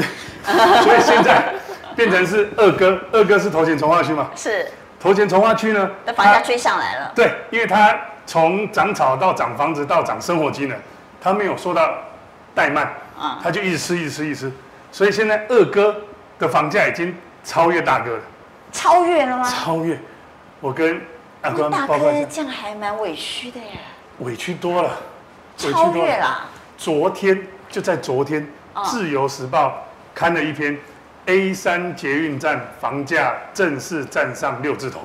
S2: 所以现在变成是二哥，二哥是头前从化区嘛， *laughs*
S1: 是，
S2: 头前从化区呢，
S1: 那房价
S2: 它
S1: 追上来了，
S2: 对，因为它从涨草到涨房子到涨生活机能，它没有受到怠慢，
S1: 嗯
S2: 它就一直吃一直吃一直吃，所以现在二哥的房价已经超越大哥了，
S1: 超越了吗？
S2: 超越。我跟
S1: 那
S2: 阿官
S1: 啊大
S2: 报
S1: 哥
S2: 告一下，
S1: 这样还蛮委屈的耶，
S2: 委屈多了，委屈
S1: 超
S2: 多
S1: 越
S2: 了。
S1: 啦，
S2: 昨天就在昨天，
S1: 嗯
S2: 自由时报》刊了一篇 A 三捷运站房价正式站上六字头，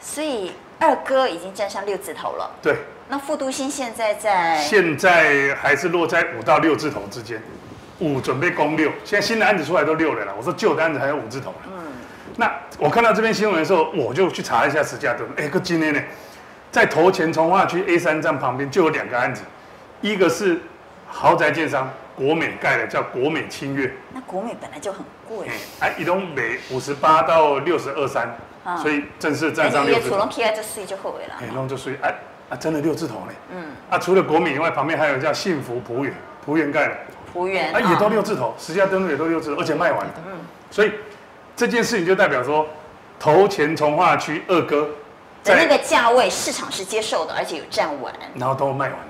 S1: 所以二哥已经站上六字头了。
S2: 对，
S1: 那复都新现在在
S2: 现在还是落在五到六字头之间，五准备攻六，现在新的案子出来都六了啦，我说旧的案子还有五字头了。
S1: 嗯
S2: 那我看到这篇新闻的时候，我就去查一下实价登录，哎、个今天呢，在头前从化区 A 三站旁边就有两个案子，一个是豪宅建商国美盖的，叫国美清悦。
S1: 那国美本来就很贵，
S2: 哎，移动每五十八到六十二三
S1: 啊，
S2: 所以正式站
S1: 但
S2: 上
S1: 是
S2: 六
S1: 也
S2: 字
S1: 除
S2: 头
S1: 了。K I 就睡就后悔了
S2: 哎，。弄就属于哎啊，真的六字头呢。嗯。啊，除了国米以外，旁边还有叫幸福浦远，浦远盖的，
S1: 服务员
S2: 啊，也都
S1: 啊
S2: 六字头，实价登录也都六字头，而且卖完了。嗯。所以这件事情就代表说，头前从化区二哥
S1: 的那个价位，市场是接受的，而且有站稳。
S2: 然后都卖完了。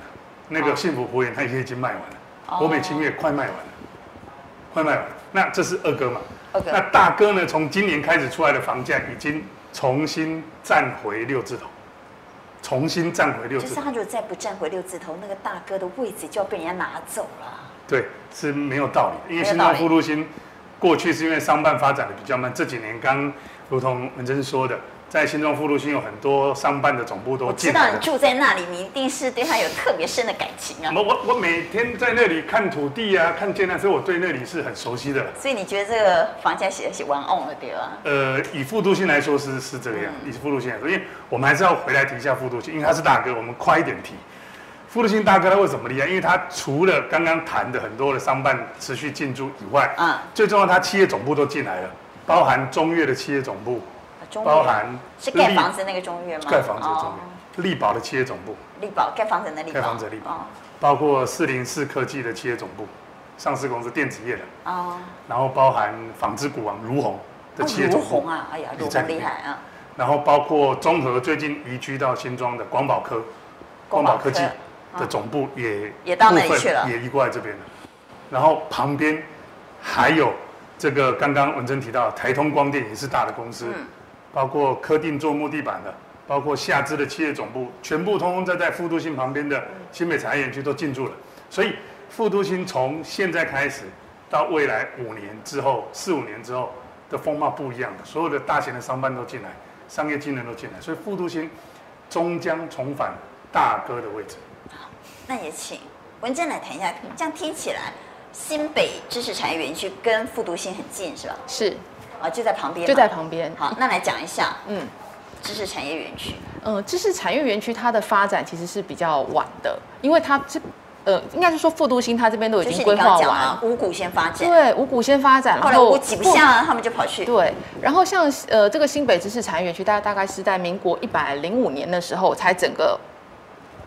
S2: 那个
S1: 哦
S2: 幸福博园它也已经卖完了，
S1: 哦
S2: 国美清月快卖完了，快卖完了。那这是二哥嘛？
S1: 二哥
S2: 那大哥呢？从今年开始出来的房价已经重新站回六字头，重新站回六
S1: 就
S2: 字
S1: 是
S2: 头。
S1: 他如果再不站回六字头，那个大哥的位置就要被人家拿走了。
S2: 对，是没有道理的，
S1: 没
S2: 因为
S1: 有
S2: 新
S1: 道
S2: 庄
S1: 理
S2: 复路新过去是因为商办发展的比较慢，这几年刚如同文珍说的，在新庄复路新有很多商办的总部都
S1: 我知
S2: 进
S1: 道
S2: 来
S1: 你
S2: 了。
S1: 住在那里，你一定是对他有特别深的感情啊。
S2: 我我我每天在那里看土地啊，看建啊，所以我对那里是很熟悉的了。
S1: 所以你觉得这个房价写的是玩 on 了对吧？
S2: 呃，以复读性来说是是这个样，
S1: 嗯
S2: 以复读性来说，因为我们还是要回来提一下复读性，因为他是大哥，我们快一点提。复读性大哥他为什么厉害？因为他除了刚刚谈的很多的商办持续进驻以外，
S1: 嗯
S2: 最重要他企业总部都进来了，包含中越的企业总部，
S1: 中越
S2: 包含
S1: 是盖
S2: 立
S1: 房子那个中越吗？
S2: 盖房子的中
S1: 哦
S2: 越，力宝的企业总部，
S1: 力宝盖房子的力宝，
S2: 盖房子的力宝
S1: 哦
S2: 包括四零四科技的企业总部，上市公司电子业的，
S1: 哦，
S2: 然后包含纺织股王如虹的企业
S1: 如
S2: 总部，
S1: 虹啊，哎呀，
S2: 也
S1: 如
S2: 在
S1: 虹
S2: 里
S1: 厉
S2: 面
S1: 害啊，
S2: 然后包括中和最近移居到新庄的光宝科，光
S1: 光
S2: 宝
S1: 宝
S2: 科
S1: 科
S2: 技的总部也
S1: 啊也到那里
S2: 部分
S1: 去了
S2: 也移过来这边了。然后旁边还有这个
S1: 嗯
S2: 刚刚文珍提到的台通光电也是大的公司，包括科定做木地板的，包括下肢的企业总部，全部通通在在复都新旁边的新北产业园区都进驻了。所以复都新从现在开始到未来五年之后、四五年之后的风貌不一样的，所有的大型的商办都进来，商业技能都进来，所以复都新终将重返大哥的位置。
S1: 那也请文正来谈一下，这样听起来新北知识产业园区跟复读新很近是吧？
S3: 是
S1: 啊，就在旁边嘛，
S3: 就在旁边。
S1: 好，那来讲一下
S3: 嗯。
S1: 知识产业园区。
S3: 呃，知识产业园区它的发展其实是比较晚的，因为它是呃，应该是说复都新它这边都已
S1: 就是
S3: 经
S1: 你
S3: 规
S1: 刚
S3: 划
S1: 刚讲
S3: 完
S1: 了，，五股先发展，
S3: 对，五股先发展，
S1: 后来
S3: 然
S1: 五股挤不
S3: 复
S1: 下了，他们就跑去
S3: 对，然后像呃这个新北知识产业园区，大概大概是在民国一百零五年的时候才整个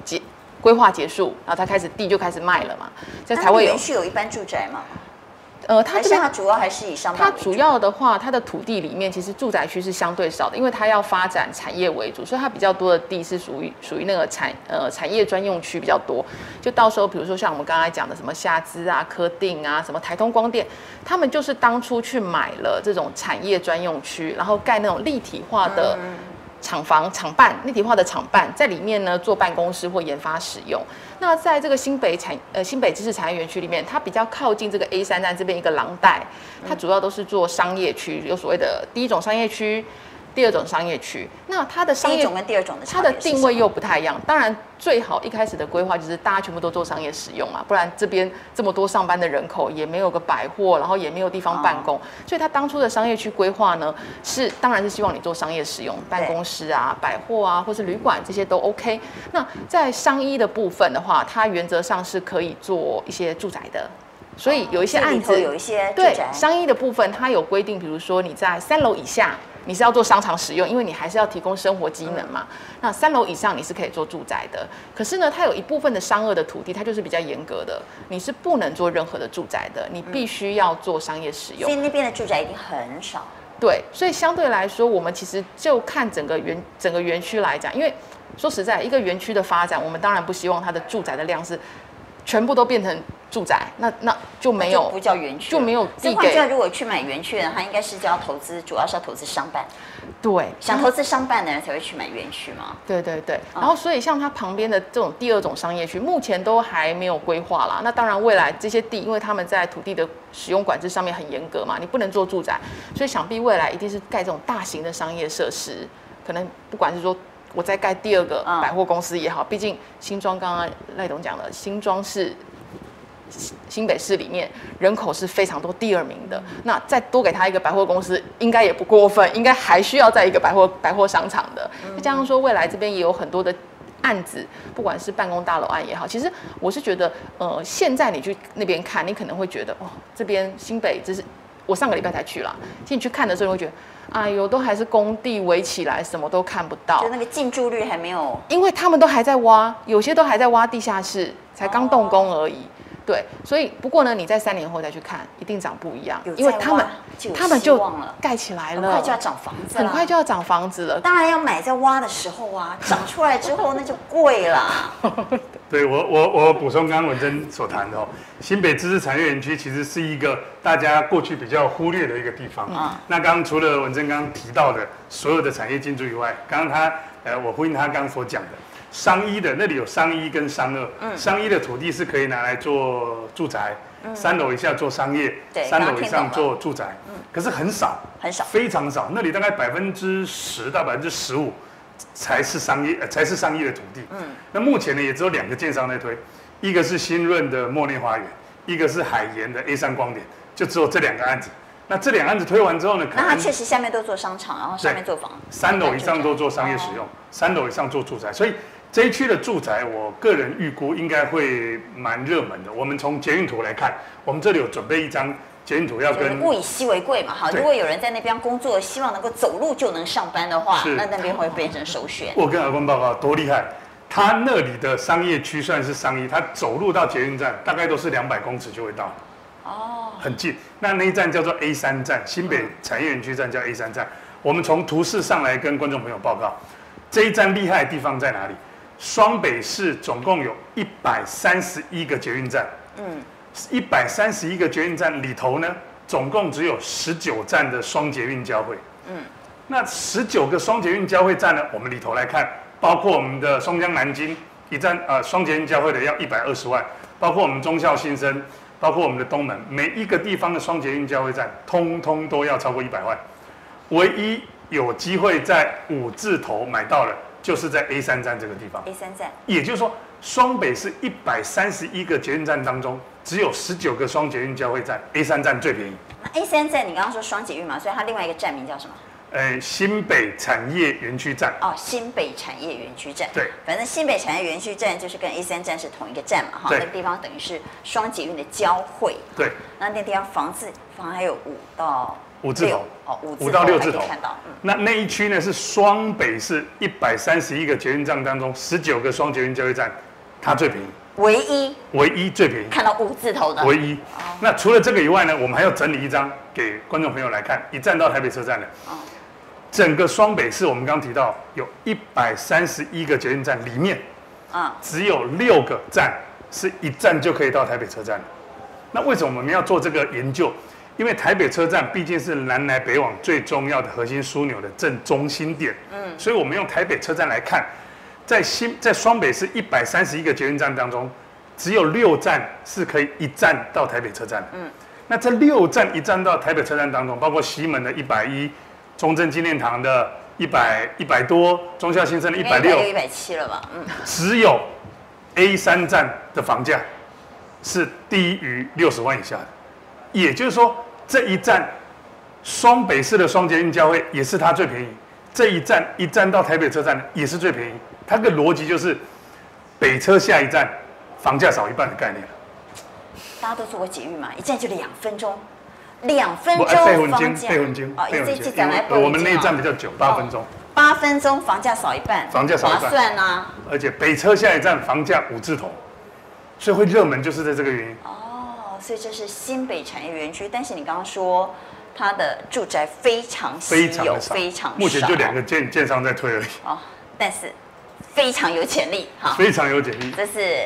S3: 结规划结束，然后它开始地就开始卖了嘛，这
S1: 那
S3: 才会有
S1: 园区有一般住宅嘛，
S3: 呃它
S1: 还
S3: 这
S1: 是
S3: 边
S1: 它主要还是以商
S3: 它
S1: 办为主
S3: 主？要的话，它的土地里面其实住宅区是相对少的，因为它要发展产业为主，所以它比较多的地是属于属于那个产呃产业专用区比较多。就到时候比如说像我们刚才讲的什么夏资啊、科定啊、什么台通光电，他们就是当初去买了这种产业专用区，然后盖那种立体化的。
S1: 嗯
S3: 厂房、厂办、立体化的厂办，在里面呢做办公室或研发使用。那在这个新北产呃新北知识产业园区里面，它比较靠近这个 A 三站这边一个廊带，
S1: 嗯
S3: 它主要都是做商业区，有所谓的第一种商业区，第二种商业区。那它的商
S1: 第一
S3: 业
S1: 种跟第二种的差
S3: 它
S1: 别
S3: 的
S1: 是什么
S3: 定位又不太一样。当然，最好一开始的规划就是大家全部都做商业使用嘛，不然这边这么多上班的人口，也没有个百货，然后也没有地方办
S1: 哦
S3: 公。所以他当初的商业区规划呢，是当然是希望你做商业使用，办公室啊、百货啊，或是旅馆这些都 OK。那在商医的部分的话，它原则上是可以做一些住宅的。所以有一些
S1: 哦这里
S3: 案
S1: 头
S3: 子，
S1: 有一些住
S3: 对
S1: 宅，
S3: 商议的部分，它有规定，比如说你在三楼以下，你是要做商场使用，因为你还是要提供生活机能
S1: 嗯
S3: 嘛。那三楼以上你是可以做住宅的，可是呢，它有一部分的商二的土地，它就是比较严格的，你是不能做任何的住宅的，你必须要做商业使
S1: 所
S3: 用
S1: 以。那边的住宅一定很少。
S3: 对，所以相对来说，我们其实就看整个园整个园区来讲，因为说实在，一个园区的发展，我们当然不希望它的住宅的量是全部都变成住宅，那那就没
S1: 就
S3: 有
S1: 不叫园区了，
S3: 就没有
S1: 这
S3: 地
S1: 换句话
S3: 给
S1: 如果去买园区的人，他应该是就要投资，主要是要投资商办，
S3: 对
S1: 想投资商办的人才会去买园区嘛。
S3: 对对对，然后所以像它旁边的这种第二种商业区，目前都还没有规划啦。那当然，未来这些地，因为他们在土地的使用管制上面很严格嘛，你不能做住宅，所以想必未来一定是盖这种大型的商业设施，可能不管是说。我在盖第二个
S1: 嗯
S3: 百货公司也好，毕竟新庄刚刚赖董讲了，新庄是新北市里面人口是非常多第二名的，那再多给他一个百货公司，应该也不过分，应该还需要在一个百货百货商场的。再加上说，未来这边也有很多的案子，不管是办公大楼案也好，其实我是觉得，呃，现在你去那边看，你可能会觉得，哦，这边新北就是我上个礼拜才去啦，其实你去看的时候，你会觉得，哎呦，都还是工地围起来，什么都看不到
S1: 就。那个进驻率还没有，
S3: 因为他们都还在挖，有些都还在挖地下室，才刚动工而已。
S1: 哦
S3: 对，所以不过呢，你在三年后再去看，一定长不一样
S1: 有，
S3: 因为
S1: 在
S3: 他们
S1: 挖就有
S3: 他们
S1: 希
S3: 就
S1: 望了
S3: 盖起来
S1: 很
S3: 了，
S1: 快就要涨房子了，
S3: 很快就要涨房子了。
S1: 当然要买在挖的时候
S2: *laughs*
S1: 啊，长出来之后那就贵啦。
S2: 对我，我我补充刚刚文珍所谈的哦，新北知识产业园区其实是一个大家过去比较忽略的一个地方。
S1: 嗯
S2: 那刚刚除了文珍刚刚提到的所有的产业进驻以外，刚刚他呃，我呼应他刚刚所讲的商一的那里有商一跟商二，
S1: 嗯
S2: 商一的土地是可以拿来做住宅，三楼以下做商业，
S1: 对
S2: 三
S1: 刚
S2: 楼
S1: 刚
S2: 以
S1: 听
S2: 上
S1: 懂
S2: 做住宅，
S1: 嗯
S2: 可是很少，
S1: 很
S2: *laughs*
S1: 少
S2: 非常少，那里大概百分之十到百分之十五才是商业，呃才是商业的土地。嗯，那目前呢，也只有两个建商在推，一个是新润的莫内花园，一个是海盐的 A 三光点，就只有这两个案子。那这两个案子推完之后呢，可
S1: 那它
S2: 能
S1: 确实下面都做商场，然后上面做房，
S2: 三楼以上都做商业使
S1: 哦
S2: 用，三楼以上做住宅，所以这一区的住宅，我个人预估应该会蛮热门的。我们从捷运图来看，我们这里有准备一张捷运图要
S1: 哦就是
S2: 跟
S1: 物以稀为贵嘛。哈，
S2: 对
S1: 如果有人在那边工作，希望能够走路就能上班的话，
S2: 是
S1: 那那边会变成首
S2: *laughs*
S1: 选。
S2: 我跟阿公报告啊多厉害，他那里的商业区算是商业，他走路到捷运站大概都是两百公尺就会到，
S1: 哦，
S2: 很近。那那一站叫做 A 三站，新北产业园区站叫 A 三站。我们从图示上来跟观众朋友报告，这一站厉害的地方在哪里？双北市总共有一百三十一个捷运站，
S1: 嗯，
S2: 一百三十一个捷运站里头呢，总共只有十九站的双捷运交汇。嗯，那十九个双捷运交汇站呢，我们里头来看，包括我们的松江南京一站，呃，双捷运交汇的要一百二十万，包括我们中校新生，包括我们的东门，每一个地方的双捷运交汇站，通通都要超过一百万。唯一有机会在五字头买到的，就是在 A 三站这个地方。
S1: A 三站，
S2: 也就是说，双北是一百三十一个捷运站当中，只有十九个双捷运交汇站，A 三站最便宜。
S1: 那 A 三站你刚刚说双捷运嘛，所以它另外一个站名叫什么？
S2: 呃，新北产业园区站，
S1: 哦，新北产业园区站。
S2: 对，
S1: 反正新北产业园区站就是跟 A 三站是同一个站嘛，哈，
S2: 对
S1: 那个地方等于是双捷运的交汇。
S2: 对，
S1: 那那地方房子房还有五到
S2: 五字头
S1: 六哦，五字
S2: 五到
S1: 头
S2: 六
S1: 还
S2: 字
S1: 可以
S2: 头
S1: 看到，嗯，
S2: 那那一区呢是双北市一百三十一个捷运站当中，十九个双捷运交汇站，它最便宜，
S1: 唯一
S2: 唯一最便宜，
S1: 看到五字头的，
S2: 唯一。那除了这个以外呢，我们还要整理一张给观众朋友来看，一站到台北车站的
S1: 哦。
S2: 整个双北市，我们刚刚提到有一百三十一个捷运站，里面
S1: 嗯，
S2: 只有六个站是一站就可以到台北车站的。那为什么我们要做这个研究？因为台北车站毕竟是南来北往最重要的核心枢纽的正中心点，嗯，所以我们用台北车站来看，在新在双北市一百三十一个捷运站当中，只有六站是可以一站到台北车站的，嗯，那这六站一站到台北车站当中，包括西门的一百一，中正纪念堂的一百一百多，中校新生的一
S1: 应
S2: 百
S1: 该
S2: 六，
S1: 一百七了吧，嗯，
S2: 只有 A 三站的房价是低于六十万以下的，也就是说这一站双北市的双捷运交汇也是它最便宜，这一站一站到台北车站也是最便宜，它的逻辑就是北车下一站房价少一半的概念。
S1: 大家都坐过捷运嘛，一站就两分钟，两分
S2: 不，
S1: 钟
S2: 哎费魂
S1: 房
S2: 经，
S1: 价
S2: 费魂经
S1: 哦，，一
S2: 费
S1: 这
S2: 魂
S1: 这
S2: 经，
S1: 讲来
S2: 因为我们那一站比较久，八
S1: 哦
S2: 分钟，
S1: 八分钟房价少一半，
S2: 房价少一半
S1: 划算啊呐。
S2: 而且北车下一站房价五字头，所以会热门就是在这个原因。
S1: 哦，所以这是新北产业园区，但是你刚刚说它的住宅非常稀
S2: 非常
S1: 有，
S2: 的少，
S1: 非常
S2: 目前就
S1: 少
S2: 两个建建商在推而已，
S1: 哦，但是非常有潜力哈。
S2: 非常有潜力。
S1: 啊这是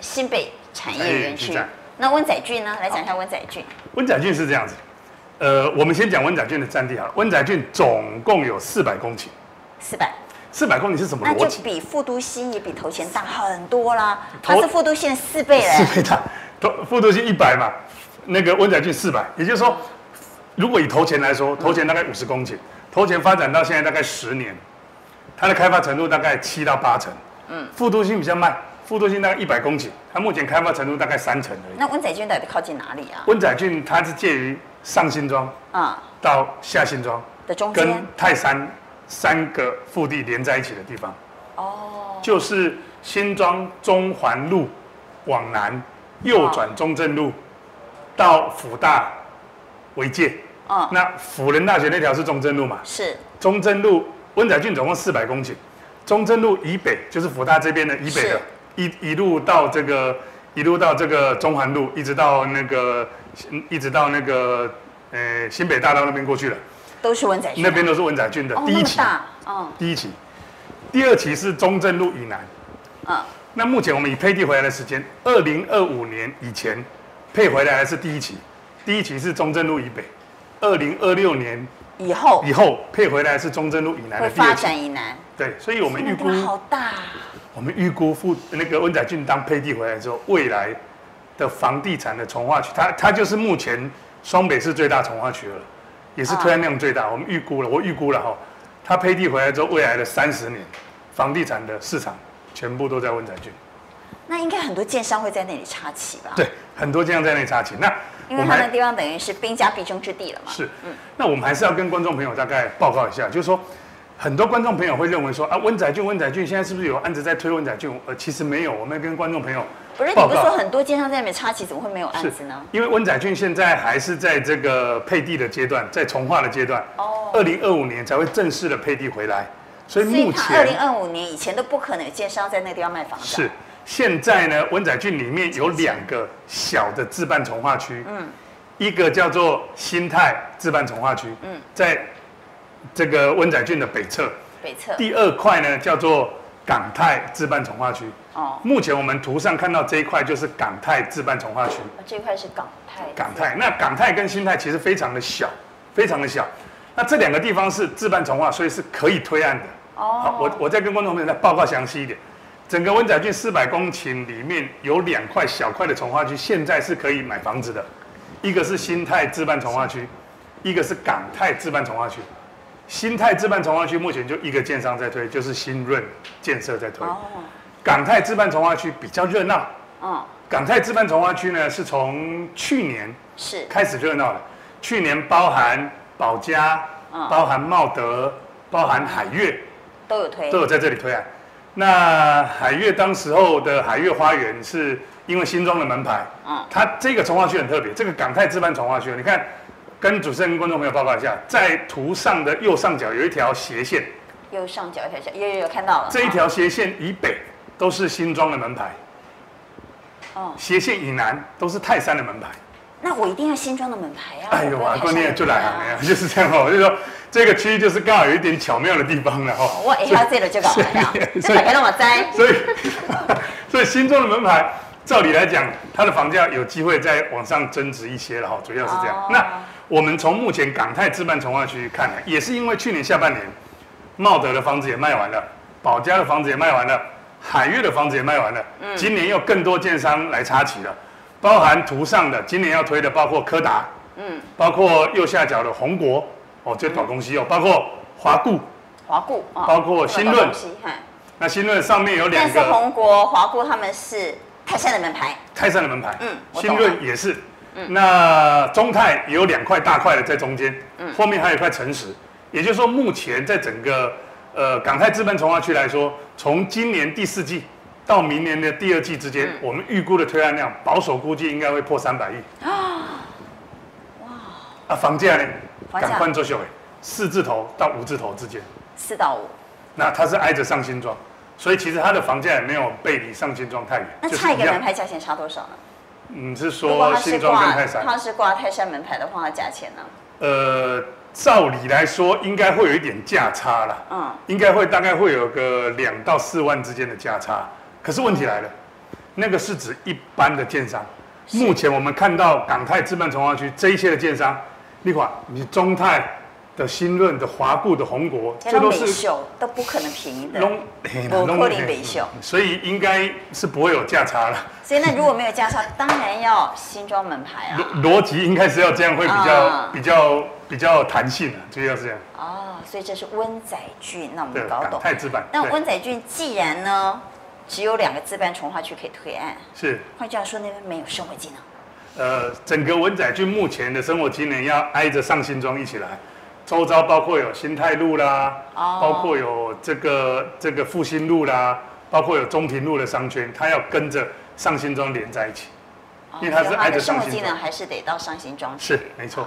S1: 新北产业园区
S2: 产业园区站。
S1: 那温仔俊呢？来讲一下温仔俊，
S2: 温仔郡是这样子，呃，我们先讲温仔郡的占地好了。温仔郡总共有四百公顷，
S1: 四百，
S2: 四百公顷是什么
S1: 那就
S2: 逻辑？
S1: 比复都新也比头前大很多啦，它
S2: 头
S1: 是复都新的四倍嘞
S2: 四。倍大，头复读性一百嘛，那个温仔郡四百，也就是说，如果以头前来说，头前大概五十公顷，头前发展到现在大概十年，它的开发程度大概七到八成。嗯，复读性比较慢，复读性大概一百公顷，它目前开发程度大概三成而已。
S1: 那温仔俊到底靠近哪里啊？
S2: 温仔郡它是介于上新庄
S1: 啊、
S2: 到下新庄
S1: 的中
S2: 跟
S1: 间
S2: 泰山三个腹地连在一起的地方，
S1: 哦，
S2: 就是新庄中环路往南右转中正路到辅大为界。
S1: 嗯
S2: 那辅仁大学那条是中正路嘛？
S1: 是
S2: 中正路温仔郡总共四百公顷，中正路以北就是辅大这边的以北
S1: 是
S2: 的，一一路到这个一路到这个中环路，一直到那个一直到那个呃新北大道那边过去了，
S1: 都是温仔俊啊、
S2: 那边都是温仔郡的
S1: 哦
S2: 第一
S1: 那么
S2: 期，
S1: 大，嗯
S2: 第一期，第二期是中正路以南。
S1: 嗯，
S2: 那目前我们以配地回来的时间，二零二五年以前配回来的是第一期，第一期是中正路以北，二零二六年
S1: 以后
S2: 以后配回来是中正路以南
S1: 会
S2: 的第二
S1: 发
S2: 期。
S1: 展以南。
S2: 对，所以我们预
S1: 那
S2: 估
S1: 个地方好大啊、
S2: 我们预估附那个温仔郡当配地回来之后，未来的房地产的从化区，它它就是目前双北市最大从化区了，也是推案量最
S1: 啊
S2: 大。我们预估了，我预估了哈，它配地回来之后，未来的三十年，房地产的市场全部都在温仔郡。
S1: 那应该很多建商会在那里插旗吧？，
S2: 对，很多这样在那里插旗。那
S1: 因
S2: 我
S1: 为嗯
S2: 们
S1: 它
S2: 还
S1: 那地方等于是兵家必争之地了嘛。
S2: 是，那我们还是要跟观众朋友大概报告一下，就是说，很多观众朋友会认为说啊，温仔郡温仔郡现在是不是有案子在推温仔郡？呃，其实没有，我们要跟观众朋友
S1: 不是你
S2: 报
S1: 不是说
S2: 告。
S1: 很多建商在那里插旗，怎么会没有案
S2: 是
S1: 子呢？
S2: 因为温仔郡现在还是在这个配地的阶段，在从化的阶段，
S1: 哦
S2: 二零二五年才会正式的配地回来，所以
S1: 所以
S2: 目
S1: 它二
S2: 前
S1: 零二五年以前都不可能有建商在那个地方卖房子。啊
S2: 是，现在呢，温仔郡里面有两个小的自办从化区，嗯，一个叫做新泰自办从化区，嗯，在这个温仔郡的北侧，
S1: 北侧。
S2: 第二块呢叫做港泰自办从化区。
S1: 哦，
S2: 目前我们图上看到这一块就是港泰自办从化区。
S1: 这一块是港泰。
S2: 港泰，那港泰跟新泰其实非常的小，非常的小。那这两个地方是自办从化，所以是可以推案的。好，我我再跟观众朋友再报告详细一点。整个温宅郡四百公顷里面有两块小块的从化区，现在是可以买房子的，一个是新泰自办从化区，一个是港泰自办从化区。新泰自办从化区目前就一个建商在推，就是新润建设在推。
S1: 哦，
S2: 港泰自办从化区比较热闹，
S1: 嗯，
S2: 港泰自办从化区呢是从去年
S1: 是，
S2: 开始就热闹了。去年包含保家，
S1: 嗯
S2: 包含茂德，包含海悦，
S1: 都有推
S2: 都，有在这里推案。那海悦当时候的海悦花园是因为新庄的门牌，
S1: 嗯
S2: 它这个从化区很特别，这个港泰自办从化区，你看，跟主持人、观众朋友报告一下，在图上的右上角有一条斜线，
S1: 右上角一条小，有有有看到了，
S2: 这一条斜线以北都是新庄的门牌，
S1: 哦，
S2: 斜线以南都是泰山的门牌。
S1: 那我一定要新装的门牌啊！
S2: 哎呦
S1: 我
S2: 啊，关键就来行了
S1: 了。
S2: 呀，就是这样哦。我就说这个区域就是刚好有一点巧妙的地方了哦哈。
S1: 我 A 到这个就搞完了，这大概让我摘。
S2: 所以， *laughs* 所以新庄的门牌，照理来讲，它的房价有机会再往上增值一些了哈，主要是这样。
S1: 哦
S2: 那我们从目前港泰置办从化区看呢，也是因为去年下半年，茂德的房子也卖完了，保家的房子也卖完了，海悦的房子也卖完了，
S1: 嗯
S2: 今年又更多建商来插旗了，包含图上的今年要推的包括柯达，嗯，包括右下角的宏国，哦，这短公司哦，包括华固。
S1: 华固啊，
S2: 包括新润
S1: 东西嗨
S2: 那新润上面有两
S1: 但
S2: 个，
S1: 是红国、华固他们是泰山的门牌，
S2: 泰山的门牌，
S1: 嗯我懂嗯
S2: 新润也是，那中泰也有两块大块的在中间，
S1: 嗯
S2: 后面还有一块诚实，也就是说，目前在整个呃港泰资本从化区来说，从今年第四季到明年的第二季之
S1: 嗯
S2: 间，我们预估的推案量保守估计应该会破三百亿啊，哇，啊房价呢，
S1: 房价
S2: 赶快做秀哎，四字头到五字头之间，
S1: 四到五。
S2: 那它是挨着上新庄，所以其实它的房价也没有背离上新庄太远，
S1: 那
S2: 就是
S1: 差一个
S2: 样
S1: 门牌价钱差多少呢？
S2: 你是
S1: 如果
S2: 说
S1: 他是
S2: 新庄跟
S1: 挂
S2: 泰山？
S1: 他是挂泰山门牌的话，它价钱呢？
S2: 呃，照理来说应该会有一点价差啦，
S1: 嗯，
S2: 应该会大概会有个两到四万之间的价差。可是问题来了，那个是指一般的建商。目前我们看到港泰资本从化区这一些的建商，你看你中泰的新润的华固的宏国，
S1: 这
S2: 这
S1: 都
S2: 都
S1: 没
S2: 是
S1: 秀，都不可能便宜的。
S2: 拢嘿啦
S1: 不
S2: 拢
S1: 可能
S2: 嘿
S1: 袂俗
S2: 嗯所以应该是不会有价差了。
S1: 所以那如果没有价差，当然要新装门牌啊。
S2: 逻逻辑应该是要这样会比
S1: 啊
S2: 较比较比较弹性啊，主要是这样。
S1: 哦，所以这是温仔郡，那我
S2: 对，
S1: 们搞
S2: 港
S1: 懂。
S2: 泰资本。
S1: 那
S2: 对
S1: 温仔郡既然呢只有两个自办从化区可以推案，
S2: 是
S1: 换句话说那边没有生活技能，
S2: 呃，整个文仔郡目前的生活机能要挨着上新庄一起来，周遭包括有新泰路啦，
S1: 哦
S2: 包括有这个这个复兴路啦，包括有中平路的商圈，它要跟着上新庄连在一起，
S1: 哦
S2: 因为它
S1: 所
S2: 是
S1: 以
S2: 挨
S1: 的
S2: 着
S1: 生
S2: 上
S1: 活技
S2: 新
S1: 能
S2: 庄。
S1: 还是得到上新庄去。
S2: 是没错，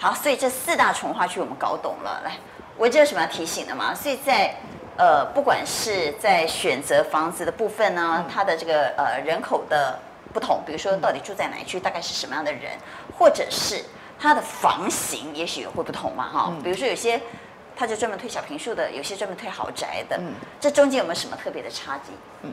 S1: 好，所以这四大从化区我们搞懂了。来，我这有什么要提醒的吗？所以在呃，不管是在选择房子的部分呢，
S3: 嗯
S1: 它的这个呃人口的不同，比如说到底住在哪一区，大概是什么样的人，或者是它的房型，也许也会不同嘛，哈。
S3: 嗯
S1: 比如说有些它就专门推小平数的，有些专门推豪宅的，
S3: 嗯
S1: 这中间有没有什么特别的差距？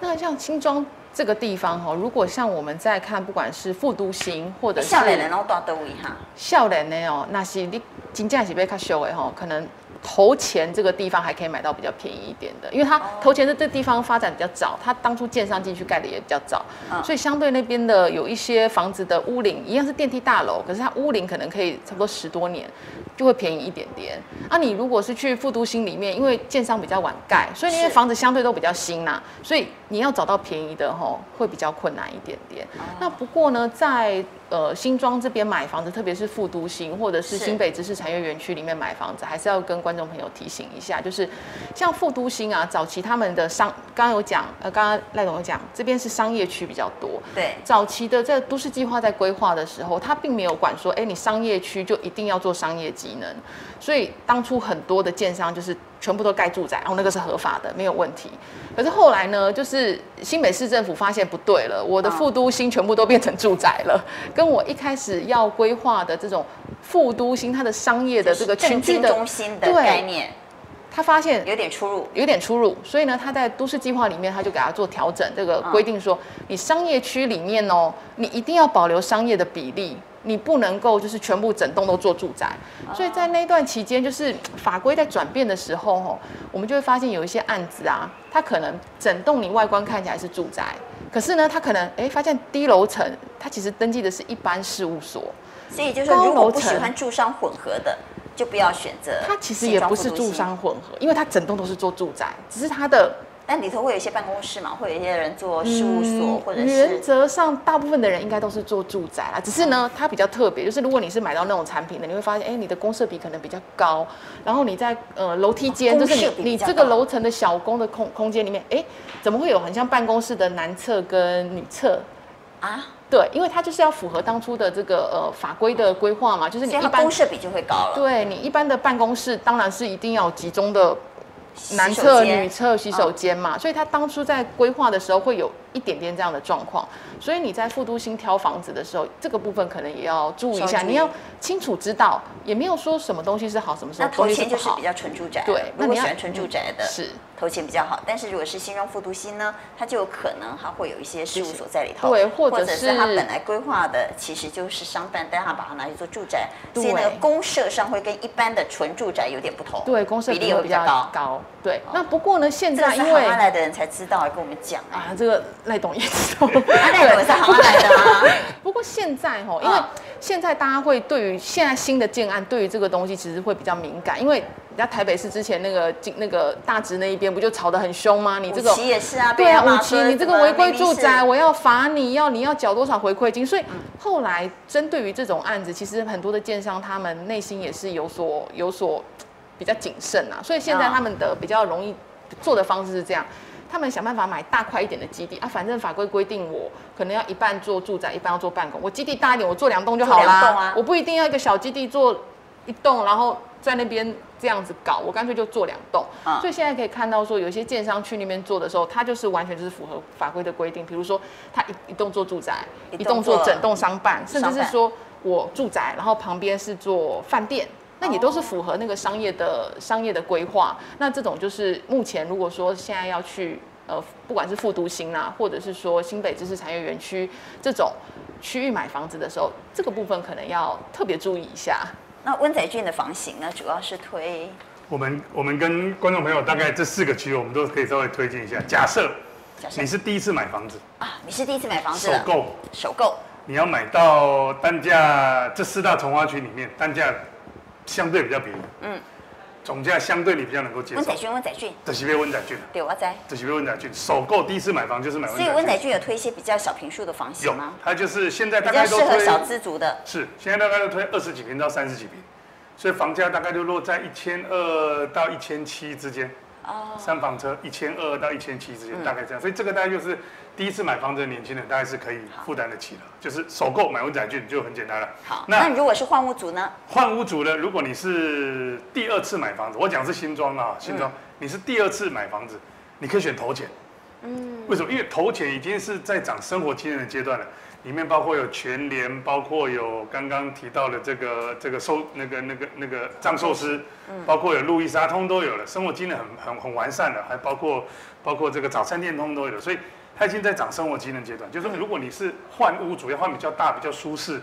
S3: 那像新庄这个地方哈，如果像我们在看，不管是复都新或者是
S1: 下来人哦都到都一哈，
S3: 笑脸的哦，那是你金价是被卡修的吼，可能头前这个地方还可以买到比较便宜一点的，因为它
S1: 哦
S3: 头前的这地方发展比较早，它当初建商进去盖的也比较早，
S1: 嗯
S3: 所以相对那边的有一些房子的屋龄一样是电梯大楼，可是它屋龄可能可以差不多十多年，就会便宜一点点。啊，你如果是去复都新里面，因为建商比较晚盖，所以因为
S1: 是
S3: 房子相对都比较新啦、所以你要找到便宜的吼，会比较困难一点点。那不过呢，在呃新庄这边买房子，特别是复都新或者是
S1: 是
S3: 新北知识产业园区里面买房子，还是要跟观众朋友提醒一下，就是像复都新啊，早期他们的商，刚刚有讲，呃，刚刚赖总有讲，这边是商业区比较多，
S1: 对，
S3: 早期的在都市计划在规划的时候，它并没有管说，哎，你商业区就一定要做商业机能，所以当初很多的建商就是全部都盖住宅，然后那个是合法的，没有问题。可是后来呢，就是新北市政府发现不对了，我的
S1: 嗯
S3: 复都新全部都变成住宅了，跟我一开始要规划的这种复都新它的商业的这个群
S1: 震
S3: 聚
S1: 惊
S3: 的
S1: 中，心的
S3: 对
S1: 概念
S3: 他发现
S1: 有点出入，
S3: 有点出入，所以呢，他在都市计划里面，他就给他做调整，这个规定说，你商业区里面哦，你一定要保留商业的比例，你不能够就是全部整栋都做住宅，所以在那一段期间，就是法规在转变的时候，吼，我们就会发现有一些案子啊，它可能整栋你外观看起来是住宅，可是呢，它可能哎发现低楼层，它其实登记的是一般事务所，
S1: 所以就是说如
S3: 高
S1: 果
S3: 楼
S1: 不喜
S3: 层
S1: 欢住商混合的，就不要选择。
S3: 它其实也不是住，商混合，因为它整栋都是做住宅，只是它的
S1: 但里头会有一些办公室嘛，会有一些人做事务
S3: 嗯
S1: 所、或者
S3: 原
S1: 是
S3: 则上，大部分的人应该都是做住宅啦，只是呢，它比较特别，就是如果你是买到那种产品的，你会发现，哎、你的公设比可能比较高，然后你在呃楼梯间，
S1: 哦公
S3: 就
S1: 设
S3: 是
S1: 比
S3: 你
S1: 比
S3: 你
S1: 较
S3: 这个
S1: 高
S3: 楼层的小公的空空间里面，哎、怎么会有很像办公室的男厕跟女厕？
S1: 啊，
S3: 对，因为它就是要符合当初的这个呃法规的规划嘛，就是你
S1: 所以
S3: 一
S1: 它
S3: 般
S1: 公设比就会高了。
S3: 对你一般的办公室当然是一定要有集中的
S1: 洗
S3: 男
S1: 手
S3: 厕、
S1: 间嗯
S3: 女厕、洗手间嘛，所以他当初在规划的时候会有一点点这样的状况，所以你在复都新挑房子的时候，这个部分可能也要注意一
S1: 稍
S3: 下，
S1: 微注意
S3: 你要清楚知道，也没有说什么东西是好，什么什
S1: 那
S3: 么东
S1: 头
S3: 西
S1: 前
S3: 不
S1: 就是
S3: 好
S1: 比，较纯住宅，
S3: 对
S1: 如
S3: 那
S1: 果
S3: 你
S1: 喜
S3: 要嗯
S1: 欢纯住宅的，
S3: 是
S1: 头前比较好。但是如果是新庄复读新呢，它就有可能还会有一些事务所在里头，
S3: 对或者
S1: 者是它
S3: 是
S1: 本来规划的其实就是商办，但它把它拿去做住宅，所以
S3: 对
S1: 那个公社上会跟一般的纯住宅有点不同，
S3: 对，公设
S1: 比
S3: 比
S1: 例会
S3: 比
S1: 较高。哦
S3: 高，对。那不过呢，现
S1: 这个
S3: 在
S1: 是
S3: 因
S1: 行
S3: 为
S1: 外来的人才知道，跟我们讲 *laughs* 哎，
S3: 啊，这个赖董也知
S1: *laughs*
S3: 道，
S1: 他那我是行外来的啊， *laughs*
S3: 不过现在吼，因为
S1: 嗯
S3: 现在大家会对于现在新的建案，对于这个东西其实会比较敏感，因为人家台北市之前那个进那个大直那一边不就吵得很凶吗？你这
S1: 五
S3: 个
S1: 期也是啊，
S3: 对
S1: 被
S3: 啊，
S1: 人家
S3: 五
S1: 骂
S3: 期
S1: 说
S3: 你这
S1: 怎
S3: 个
S1: 么
S3: 违规
S1: 明明
S3: 住
S1: 是嗯
S3: 宅，我要罚你，要你要缴多少回馈金？所以后来针对于这种案子，其实很多的建商他们内心也是有所有所比较谨慎啊，所以现在
S1: 啊
S3: 他们的比较容易做的方式是这样。他们想办法买大块一点的基地啊，反正法规规定我可能要一半做住宅，一半要做办公。我基地大一点，我做两栋就好
S1: 做两
S3: 啦，
S1: 栋啊
S3: 我不一定要一个小基地做一栋，然后在那边这样子搞，我干脆就做两栋。
S1: 嗯
S3: 所以现在可以看到说，有一些建商去那边做的时候，它就是完全就是符合法规的规定，比如说它一一栋做住宅，
S1: 一
S3: 一
S1: 栋
S3: 栋做
S1: 做
S3: 整栋商办，甚至
S1: 商
S3: 是
S1: 办
S3: 说我住宅，然后旁边是做饭店。那也都是符合那个商业的商业的规划。那这种就是目前如果说现在要去呃，不管是复都新啊，或者是说新北知识产业园区这种区域买房子的时候，这个部分可能要特别注意一下。
S1: 那温仔俊的房型呢，主要是推
S2: 我们我们跟观众朋友大概这四个区，我们都可以稍微推荐一下。假设
S1: 假设
S2: 你是第一次买房子，
S1: 啊，你是第一次买房子
S2: 首
S1: 的，
S2: 购，
S1: 首购，
S2: 你要买到单价这四大从化区里面单价相对比较便宜，嗯，总价相对你比较能够接
S1: 温
S2: 受
S1: 仔。俊，温仔俊，
S2: 这是被温仔俊了，
S1: 对，我在。
S2: 这是被温仔俊首购第一次买房就是买温
S1: 所
S2: 仔
S1: 以
S2: 俊，
S1: 温仔俊有推一些比较小平数的房型
S2: 有
S1: 吗？，
S2: 他就是现在
S1: 比
S2: 大
S1: 较
S2: 概都
S1: 适合
S2: 推
S1: 小资族的，
S2: 是现在大概都推二十几平到三十几平，所以房价大概就落在一千二到一千七之间。
S1: 哦，嗯
S2: 三房车一千二到一千七之间，大概这样。所以这个大概就是第一次买房子的年轻人，大概是可以负担得起的，就是首购买文仔券就很简单了。
S1: 好。那
S2: 那
S1: 如果是换屋族呢？
S2: 换屋主呢？如果你是第二次买房子，我讲是新庄
S1: 嗯
S2: 啊，新庄，你是第二次买房子，你可以选头钱。嗯，为什么？因为头钱已经是在涨生活经验的阶段了，里面包括有全联，包括有刚刚提到的这个这个寿那个那个那个藏寿司，
S1: 嗯
S2: 包括有路易莎，通都有了，生活经验很很很完善了，还包括包括这个早餐店通都有了，所以它已经在涨生活机能阶段。就是
S1: 嗯
S2: 说如果你是换屋，主要换比较大、比较舒适、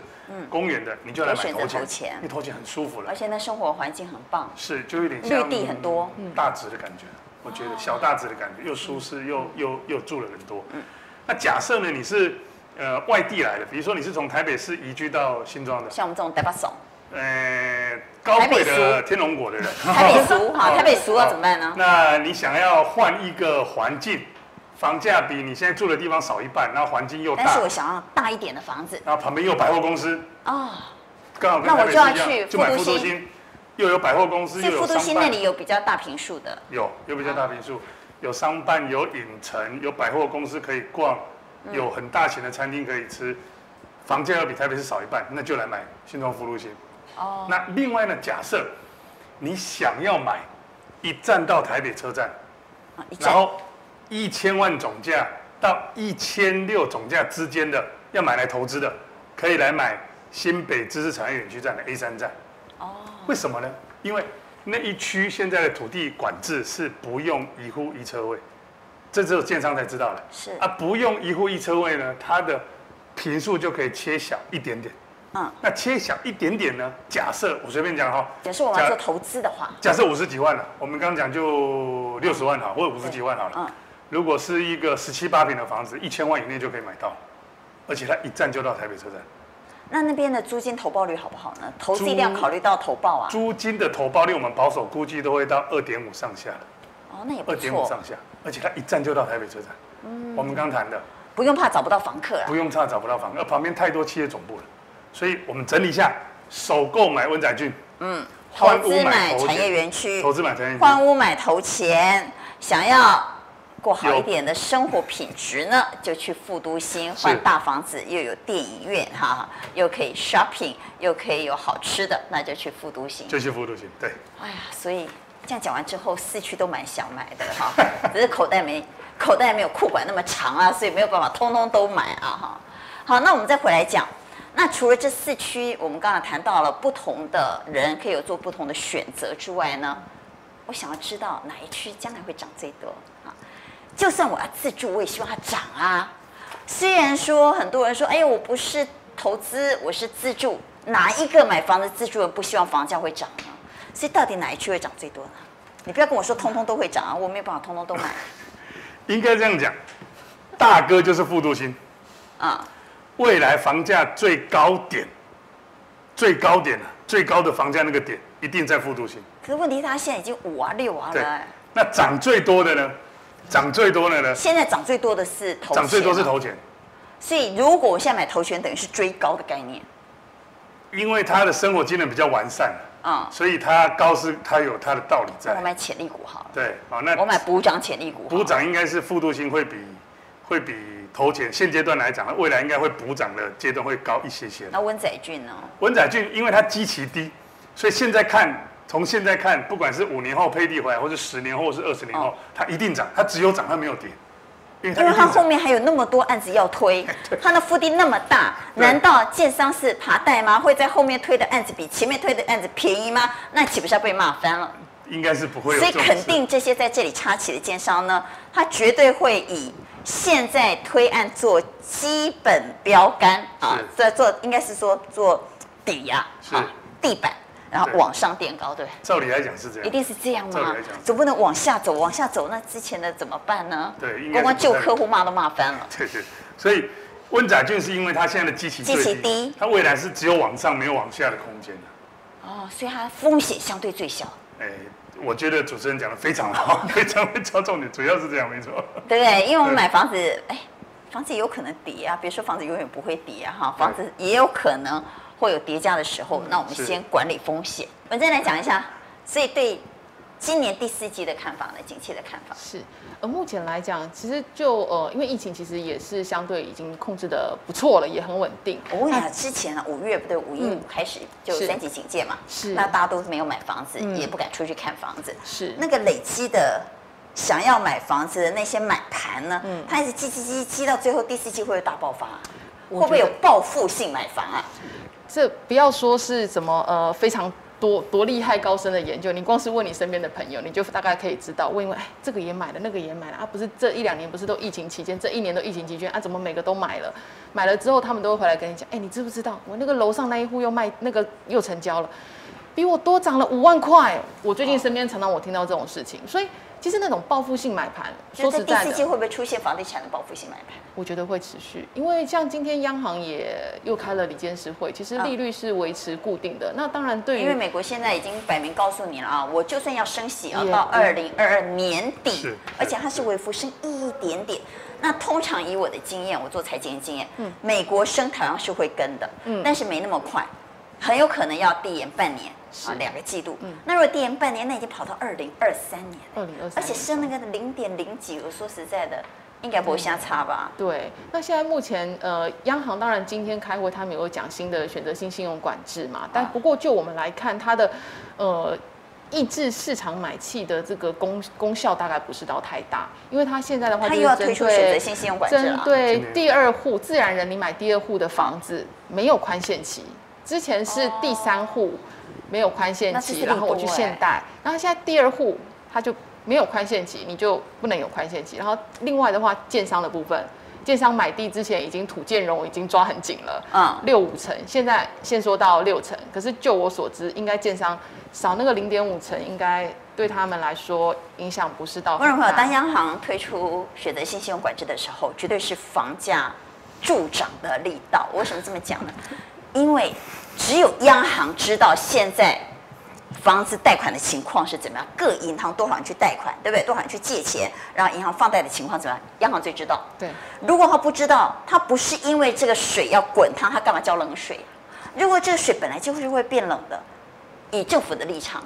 S2: 公园的，你就来
S1: 嗯可以
S2: 买
S1: 选择
S2: 头
S1: 头
S2: 前，
S1: 前
S2: 因为头前很舒服了
S1: 而，且呢，生活环境很棒，
S2: 是就有点像
S1: 绿地很多嗯哦
S2: 大直的感觉。我觉得小大直的感觉又舒适又又又住了人多。
S1: 嗯
S2: 那假设呢，你是呃外地来的，比如说你是从台北市移居到新庄的，
S1: 像我们这种台北 *laughs* 怂、
S2: 呃，高贵的天龙果的人，
S1: 台北 *laughs* 俗哈，
S2: 哦
S1: 台北俗要
S2: 哦
S1: 怎么办呢？
S2: 那你想要换一个环境，房价比你现在住的地方少一半，然后环境又
S1: 但
S2: 大
S1: 是，我想要大一点的房子
S2: 然后旁边又有百货公司，
S1: 啊，
S2: 刚好跟
S1: 那我
S2: 台北市一样
S1: 就要去
S2: 就买
S1: 复
S2: 复
S1: 都
S2: 都
S1: 新
S2: 新，又有百货公司，
S1: 所
S2: 又
S1: 以
S2: 有
S1: 复
S2: 商
S1: 都
S2: 办，
S1: 新那里有比较大平数的，
S2: 有有比较大平数，有商办，有影城，有百货公司可以逛，有很大型的餐厅可以吃，房价要比台北市少一半，那就来买新庄福禄新。
S1: 哦，
S2: 那另外呢，假设你想要买一站到台北车站，
S1: 啊一
S2: 然
S1: 站
S2: 后一千万总价到一千六总价之间的，要买来投资的，可以来买新北知识产业园区站的 A 三站。哦，为什么呢？因为那一区现在的土地管制是不用一户一车位，这只有建商才知道的。
S1: 是
S2: 啊，不用一户一车位呢，它的平数就可以切小一点点，
S1: 嗯，
S2: 那切小一点点呢？假设我随便讲哈，
S1: 假设我们要做投资的话，
S2: 假设五十几万了，我们刚刚讲就六十万好，或者五十几万好了。
S1: 嗯，
S2: 如果是一个十七八平的房子，一千万以内就可以买到，而且它一站就到台北车站。
S1: 那那边的租金投报率好不好呢？投资
S2: 租
S1: 一定要考虑到投报啊。
S2: 租金的投报率，我们保守估计都会到二点五上下，
S1: 哦，那也不
S2: 二点五
S1: 错嗯
S2: 上，下，而且它一站就到台北车站。我们刚谈的，
S1: 不用怕找不到房客啊。
S2: 不用差找不到房，而旁边太多企业总部了，所以我们整理一下：首购买温仔郡，
S1: 嗯投
S2: 换屋
S1: 资
S2: 买
S1: 买
S2: 头
S1: 产业
S2: 钱
S1: 园区，
S2: 投资买产业
S1: 换屋买头钱，想要过好一
S2: 有
S1: 点的生活品质
S2: *laughs*
S1: 呢，就去富都新换大房子，又有电影院哈，又可以 shopping，又可以有好吃的，那就去富都新。
S2: 就去福都行。对，
S1: 哎呀，所以这样讲完之后，四区都蛮想买的哈，只是口袋没口袋没有库管那么长啊，所以没有办法通通都买啊哈。好，那我们再回来讲。那除了这四区，我们刚才谈到了不同的人可以有做不同的选择之外呢，我想要知道哪一区将来会涨最多啊？就算我要自住，我也希望它涨啊。虽然说很多人说，哎呀，我不是投资，我是自住，哪一个买房的自住人不希望房价会涨呢？所以到底哪一区会涨最多呢？你不要跟我说通通都会涨啊，我没有办法通通都买
S2: 应该这样讲。大哥就是富都新，
S1: 啊、
S2: 未来房价最高点，最高点啊，最高的房价那个点一定在富都新。
S1: 可是问题它现在已经五啊六啊
S2: 对
S1: 了、哎，
S2: 那涨最多的呢？涨最多的呢？
S1: 现在涨最多的是头，
S2: 涨最多是。头钱，
S1: 所以如果我现在买头权，等于是追高的概念
S2: 因为他的生活机能比较完善，
S1: 啊、
S2: 所以他高是它有它的道理在
S1: 我。买潜力股好了，
S2: 对，好，那
S1: 我买补涨潜力股好了。
S2: 补涨应该是复度性会比会比头前现阶段来讲，未来应该会补涨的阶段会高一些些。
S1: 那温仔俊呢？
S2: 文仔俊因为它基期低，所以现在看，从现在看，不管是五年后配地回来，或是十年后，或是二十年后，它一定涨，它只有涨，它没有跌，因为它
S1: 哦因为
S2: 一
S1: 他
S2: 定
S1: 后
S2: 涨。
S1: 面还有那么多案子要
S2: *laughs*
S1: 推，他的腹地那么大，
S2: 对
S1: 难道建商是爬带吗？会在后面推的案子比前面推的案子便宜吗？那岂不是要被骂翻了？
S2: 应该是不会有
S1: 所
S2: 这
S1: 以
S2: 种事。
S1: 肯定这些在这里插旗的奸商呢，他绝对会以现在推案做基本标杆啊，做做应该是说做底呀、
S2: 是
S1: 啊，地板，然后
S2: 对
S1: 往上垫高，对不对，
S2: 照理来讲是这
S1: 一
S2: 样。
S1: 定是这样
S2: 照理
S1: 吗
S2: 来讲？
S1: 总不能往下走，往下走那之前的怎么办呢？
S2: 对应该
S1: 光
S2: 是
S1: 光旧
S2: 不太
S1: 客户骂都骂翻了。
S2: 对对，所以温仔俊是因为它现在的基期最
S1: 基期低
S2: 它未来是只有往上没有往下的空间的。
S1: 哦，所以它风险相对最小，
S2: 哎，我觉得主持人讲的非常好， *laughs* 非常会抓重点，主要是这样，没错。
S1: 对不对？因为我们
S2: 对
S1: 买房子，哎，房子也有可能跌啊，别说房子永远不会跌啊，哈，房子也有可能会有叠加的时候，那我们
S2: 是
S1: 先管理风险。文珍来讲一下，所以对今年第四季的看法呢，景气的看法，
S3: 是，呃，目前来讲，其实就呃，因为疫情其实也是相对已经控制的不错了，也很稳定。
S1: 我问一下，之前啊，五月不对，五一五开始就是三级警戒嘛，
S3: 嗯是
S1: 那大家都没有买房子，
S3: 嗯
S1: 也不敢出去看房子，
S3: 是
S1: 那个累积的想要买房子的那些买盘呢，
S3: 嗯
S1: 它一直积积积积到最后第四季会不会大爆发啊、会
S3: 我
S1: 不会
S3: 觉
S1: 有
S3: 得
S1: 报复性买房啊？
S3: 这不要说是怎么呃非常多多厉害高深的研究，你光是问你身边的朋友，你就大概可以知道。问一问，哎，这个也买了，那个也买了啊，不是这一两年不是都疫情期间，这一年都疫情期间啊，怎么每个都买了？买了之后，他们都会回来跟你讲，哎，你知不知道我那个楼上那一户又卖那个又成交了，比我多涨了五万块。我最近身边常常我听到这种事情，所以其实那种报复性买盘，说
S1: 就是
S3: 实
S1: 第
S3: 在
S1: 四
S3: 的，
S1: 季会不会出现房地产的报复性买盘？
S3: 我觉得会持续，因为像今天央行也又开了理监事会，其实利率是维持固定的。那当然，
S1: 嗯
S3: 对
S1: 因为
S3: 于
S1: 美国现在已经摆明告诉你了啊，我就算要升息啊，
S3: 也
S1: 到
S3: 不
S1: 二零二二年底
S2: 是，
S1: 而且它是微幅升一点点。那通常以我的经验，我做财经的经验，美国升台湾是会跟的，但是没那么快，很有可能要递延半年啊，两个季度。那如果递延半年，那已经跑到二零二三年了，
S3: 2023
S1: 而且升那个零点零几，我说实在的，应该不会瞎差吧？
S3: 对，那现在目前呃，央行当然今天开会，他们有讲新的选择性信用管制嘛，但
S1: 啊
S3: 不过就我们来看，它的呃抑制市场买气的这个功功效大概不是到太大，因为它现在的话
S1: 他
S3: 就
S1: 又
S3: 是
S1: 要
S3: 针
S1: 推出
S3: 对
S1: 选择性信用管制
S3: 针
S1: 了，啊
S3: 对
S2: 今年
S3: 第二户自然人，你买第二户的房子没有宽限期，之前是第三户没有宽限
S1: 哦那这是
S3: 期，
S1: 另
S3: 然后我去
S1: 多欸
S3: 限贷，然后现在第二户它就没有宽限期，你就不能有宽限期。然后另外的话，建商的部分建商买地之前已经土建融已经抓很紧了，
S1: 嗯
S3: 六五成，现在限缩到六成。可是就我所知，应该建商少那个零点五成，应该对他们来说影响不是到
S1: 观众朋友，
S3: 很大
S1: 当央行推出选择性信用管制的时候，绝对是房价助长的力道。我为什么这么讲呢？因为只有央行知道现在房子贷款的情况是怎么样，各银行多少人去贷款，对不对？多少人去借钱，然后银行放贷的情况怎么样？央行最知道。
S3: 对。
S1: 如果他不知道，他不是因为这个水要滚烫，他干嘛浇冷水？如果这个水本来就是会变冷的，以政府的立场，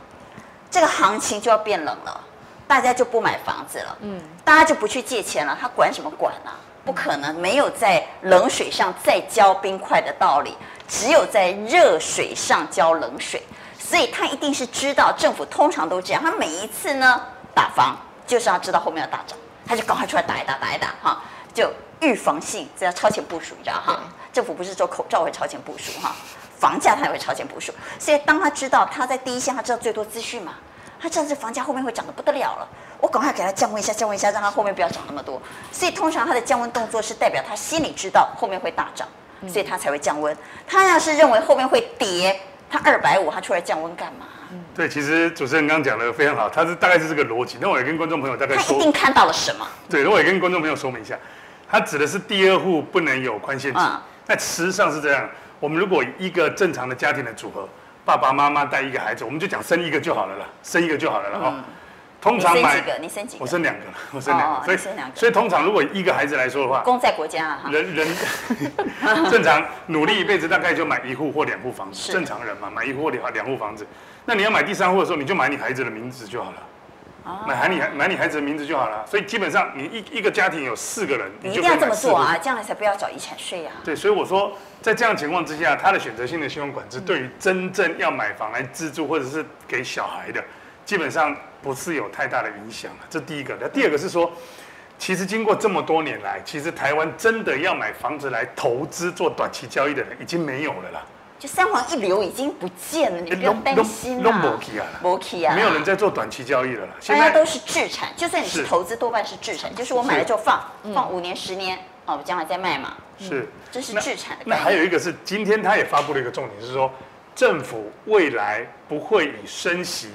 S1: 这个行情就要变冷了，大家就不买房子了，嗯，大家就不去借钱了，他管什么管啊？不可能没有在冷水上再浇冰块的道理，只有在热水上浇冷水。所以他一定是知道，政府通常都这样，他每一次呢打房就是要知道后面要大涨，他就赶快出来打一打打一打哈，就预防性这叫超前部署，你知道哈
S3: 对？
S1: 政府不是说口罩会超前部署哈，房价它也会超前部署。所以当他知道他在第一线，他知道最多资讯嘛，他知道这房价后面会涨得不得了了，我赶快给他降温一下，降温一下，让他后面不要涨那么多。所以通常他的降温动作是代表他心里知道后面会大涨，所以他才会降温。他要是认为后面会跌，他二百五他出来降温干嘛？
S2: 对，其实主持人刚刚讲的非常好，他是大概是这个逻辑。那我也跟观众朋友大概
S1: 他
S2: 说
S1: 一定看到了什么？
S2: 对，那我也跟观众朋友说明一下，它指的是第二户不能有宽限期
S1: 嗯。
S2: 那事实上是这样，我们如果一个正常的家庭的组合，爸爸妈妈带一个孩子，我们就讲生一个就好了啦，生一个就好了啦哈、通
S1: 嗯你
S2: 常
S1: 生
S2: 买
S1: 几，个？你生几
S2: 我
S1: 个？
S2: 生两个，我生两个，
S1: 哦
S2: 所以
S1: 你生两个
S2: 所以通常如果一个孩子来说的话，
S1: 公在国家啊哈。*laughs*
S2: 人人正常努力一辈子大概就买一户或两户房子，
S1: 是
S2: 正常人嘛，买一户或两两户房子。那你要买第三户的时候，你就买你孩子的名字就好了，
S1: 哦
S2: 买孩你孩买你孩子的名字就好了。所以基本上你一一个家庭有四个人，
S1: 你一
S2: 就
S1: 定
S2: 可以
S1: 要这
S2: 买
S1: 么
S2: 四户
S1: 做啊，这样你才不要找遗产税啊。
S2: 对，所以我说，在这样的情况之下，他的选择性的信用管制对于真正要买房来自住或者是给小孩的，基本上不是有太大的影响了。啊这第一个，那第二个是说，其实经过这么多年来，其实台湾真的要买房子来投资做短期交易的人已经没有了啦，
S1: 就三皇一流已经不见了，你
S2: 欸
S1: 不用
S2: 弄
S1: 担
S2: 弄
S1: 心
S2: 弄
S1: 啦。
S2: 没去啊
S1: 没去啊，
S2: 没有人在做短期交易了啦。现
S1: 哎大家
S2: 在
S1: 都是置产，就算你是
S2: 是嗯
S1: 投资，多半是置产，就是我买了就放，放五年、十年，哦，我将来再卖嘛，
S2: 是。
S1: 这是
S2: 那
S1: 置产的概
S2: 那
S1: 念。
S2: 还有一个是，今天他也发布了一个重点，是说政府未来不会以升息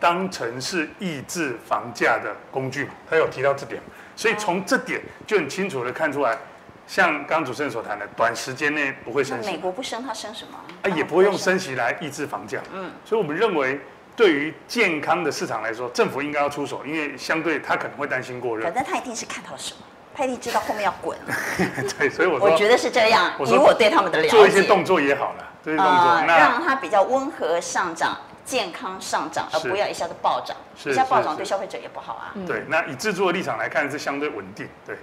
S2: 当成是抑制房价的工具嘛？他有提到这点，所以从这点就很清楚的看出来，像刚主持人所谈的，短时间内不会
S1: 那
S2: 升息
S1: 美，国不升，它升什么？
S2: 啊，也不会用升息来抑制房价。嗯，所以我们认为。对于健康的市场来说，政府应该要出手，因为相对他可能会担心过热
S1: 反，正他一定是看到什么，他一定知道后面要滚了。
S2: 对，所以 *laughs* 我说
S1: 我觉得是这样，
S2: 我
S1: 以
S2: 说
S1: 我对他们的了解，
S2: 做一些动作也好了，做一些动作。
S1: 啊，
S2: 那
S1: 让它比较温和上涨，健康上涨，而
S2: 是
S1: 不要一下子暴涨，
S2: 是
S1: 一下暴
S2: 是
S1: 涨
S2: 是
S1: 对消费者也不好啊。
S2: 对，那以自住的立场来看是相对稳定，对，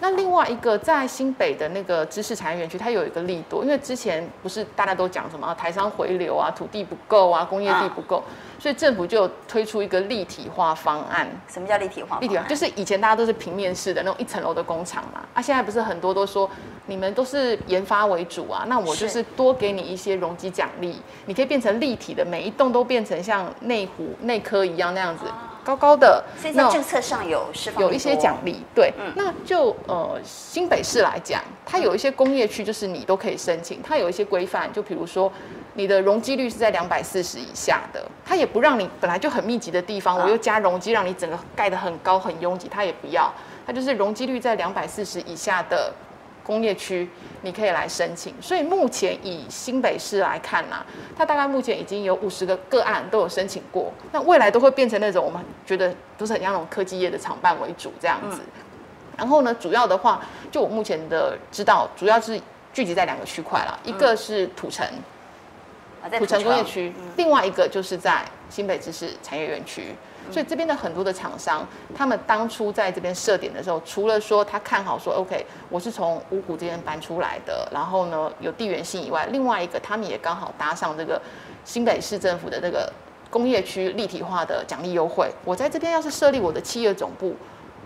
S3: 那另外一个在新北的那个知识产业园区，它有一个利多，因为之前不是大家都讲什么、啊、台商回流啊，土地不够啊，工业地不够，
S1: 啊
S3: 所以政府就有推出一个立体化方案。
S1: 什么叫立体化？
S3: 立体化就是以前大家都是平面式的那种一层楼的工厂嘛，啊，现在不是很多都说你们都是研发为主啊，那我就是是多给你一些容积奖励，你可以变成立体的，每一栋都变成像内湖内科一样那样子，高高的，
S1: 啊所以
S3: 那
S1: 在
S3: 种
S1: 政策上有释放
S3: 有一些
S1: 多嗯
S3: 奖励，对，那就呃新北市来讲，它有一些工业区，就是你都可以申请，它有一些规范，就比如说你的容积率是在两百四十以下的，它也不让你本来就很密集的地方，
S1: 嗯
S3: 我又加容积让你整个盖得很高很拥挤，它也不要，它就是容积率在两百四十以下的工业区，你可以来申请。所以目前以新北市来看呢、它大概目前已经有五十个个案都有申请过，那未来都会变成那种我们觉得都是很像那种科技业的厂办为主这样子。然后呢，主要的话，就我目前的知道，主要是聚集在两个区块啦，一个是土城，
S1: 啊，在
S3: 土城工业区，另外一个就是在新北知识产业园区。
S1: 嗯
S3: 所以这边的很多的厂商，他们当初在这边设点的时候，除了说他看好说 OK，我是从五股这边搬出来的，然后呢有地缘性以外，另外一个他们也刚好搭上这个新北市政府的这个工业区立体化的奖励优惠。我在这边要是设立我的企业总部，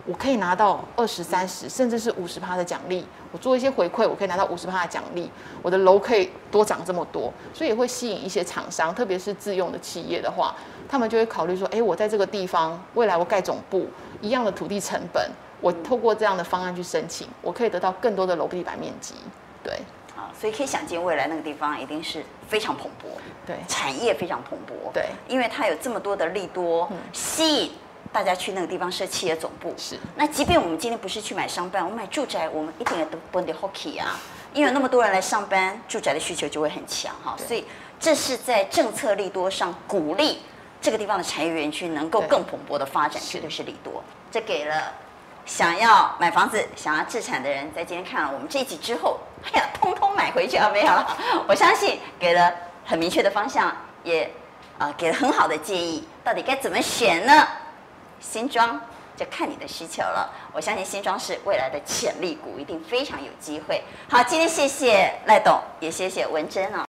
S3: 我可以拿到二十、三十，甚至是五十趴的奖励。我做一些回馈，我可以拿到五十趴的奖励。我的楼可以多涨这么多，所以也会吸引一些厂商，特别是自用的企业的话，他们就会考虑说，哎，我在这个地方未来我盖总部，一样的土地成本，我透过这样的方案去申请，我可以得到更多的楼地板面积。对
S1: 啊，所以可以想见未来那个地方一定是非常蓬勃，
S3: 对
S1: 产业非常蓬勃，
S3: 对嗯
S1: 因为它有这么多的利多，吸引大家去那个地方设企业总部。
S3: 是
S1: 那即便我们今天不是去买商办，我买住宅，我们一点也都不得 hockey 啊，因为有那么多人来上班，住宅的需求就会很强哈，
S3: 对
S1: 所以这是在政策利多上鼓励这个地方的产业园区能够
S3: 对
S1: 更蓬勃的发展，
S3: 是
S1: 绝对是利多。这给了想要买房子、想要置产的人，在今天看了我们这一集之后，哎呀，通通买回去啊，没有了。我相信给了很明确的方向，也啊、呃给了很好的建议，到底该怎么选呢？新庄就看你的需求了。我相信新庄是未来的潜力股，一定非常有机会。好，今天谢谢赖董，也谢谢文珍哦。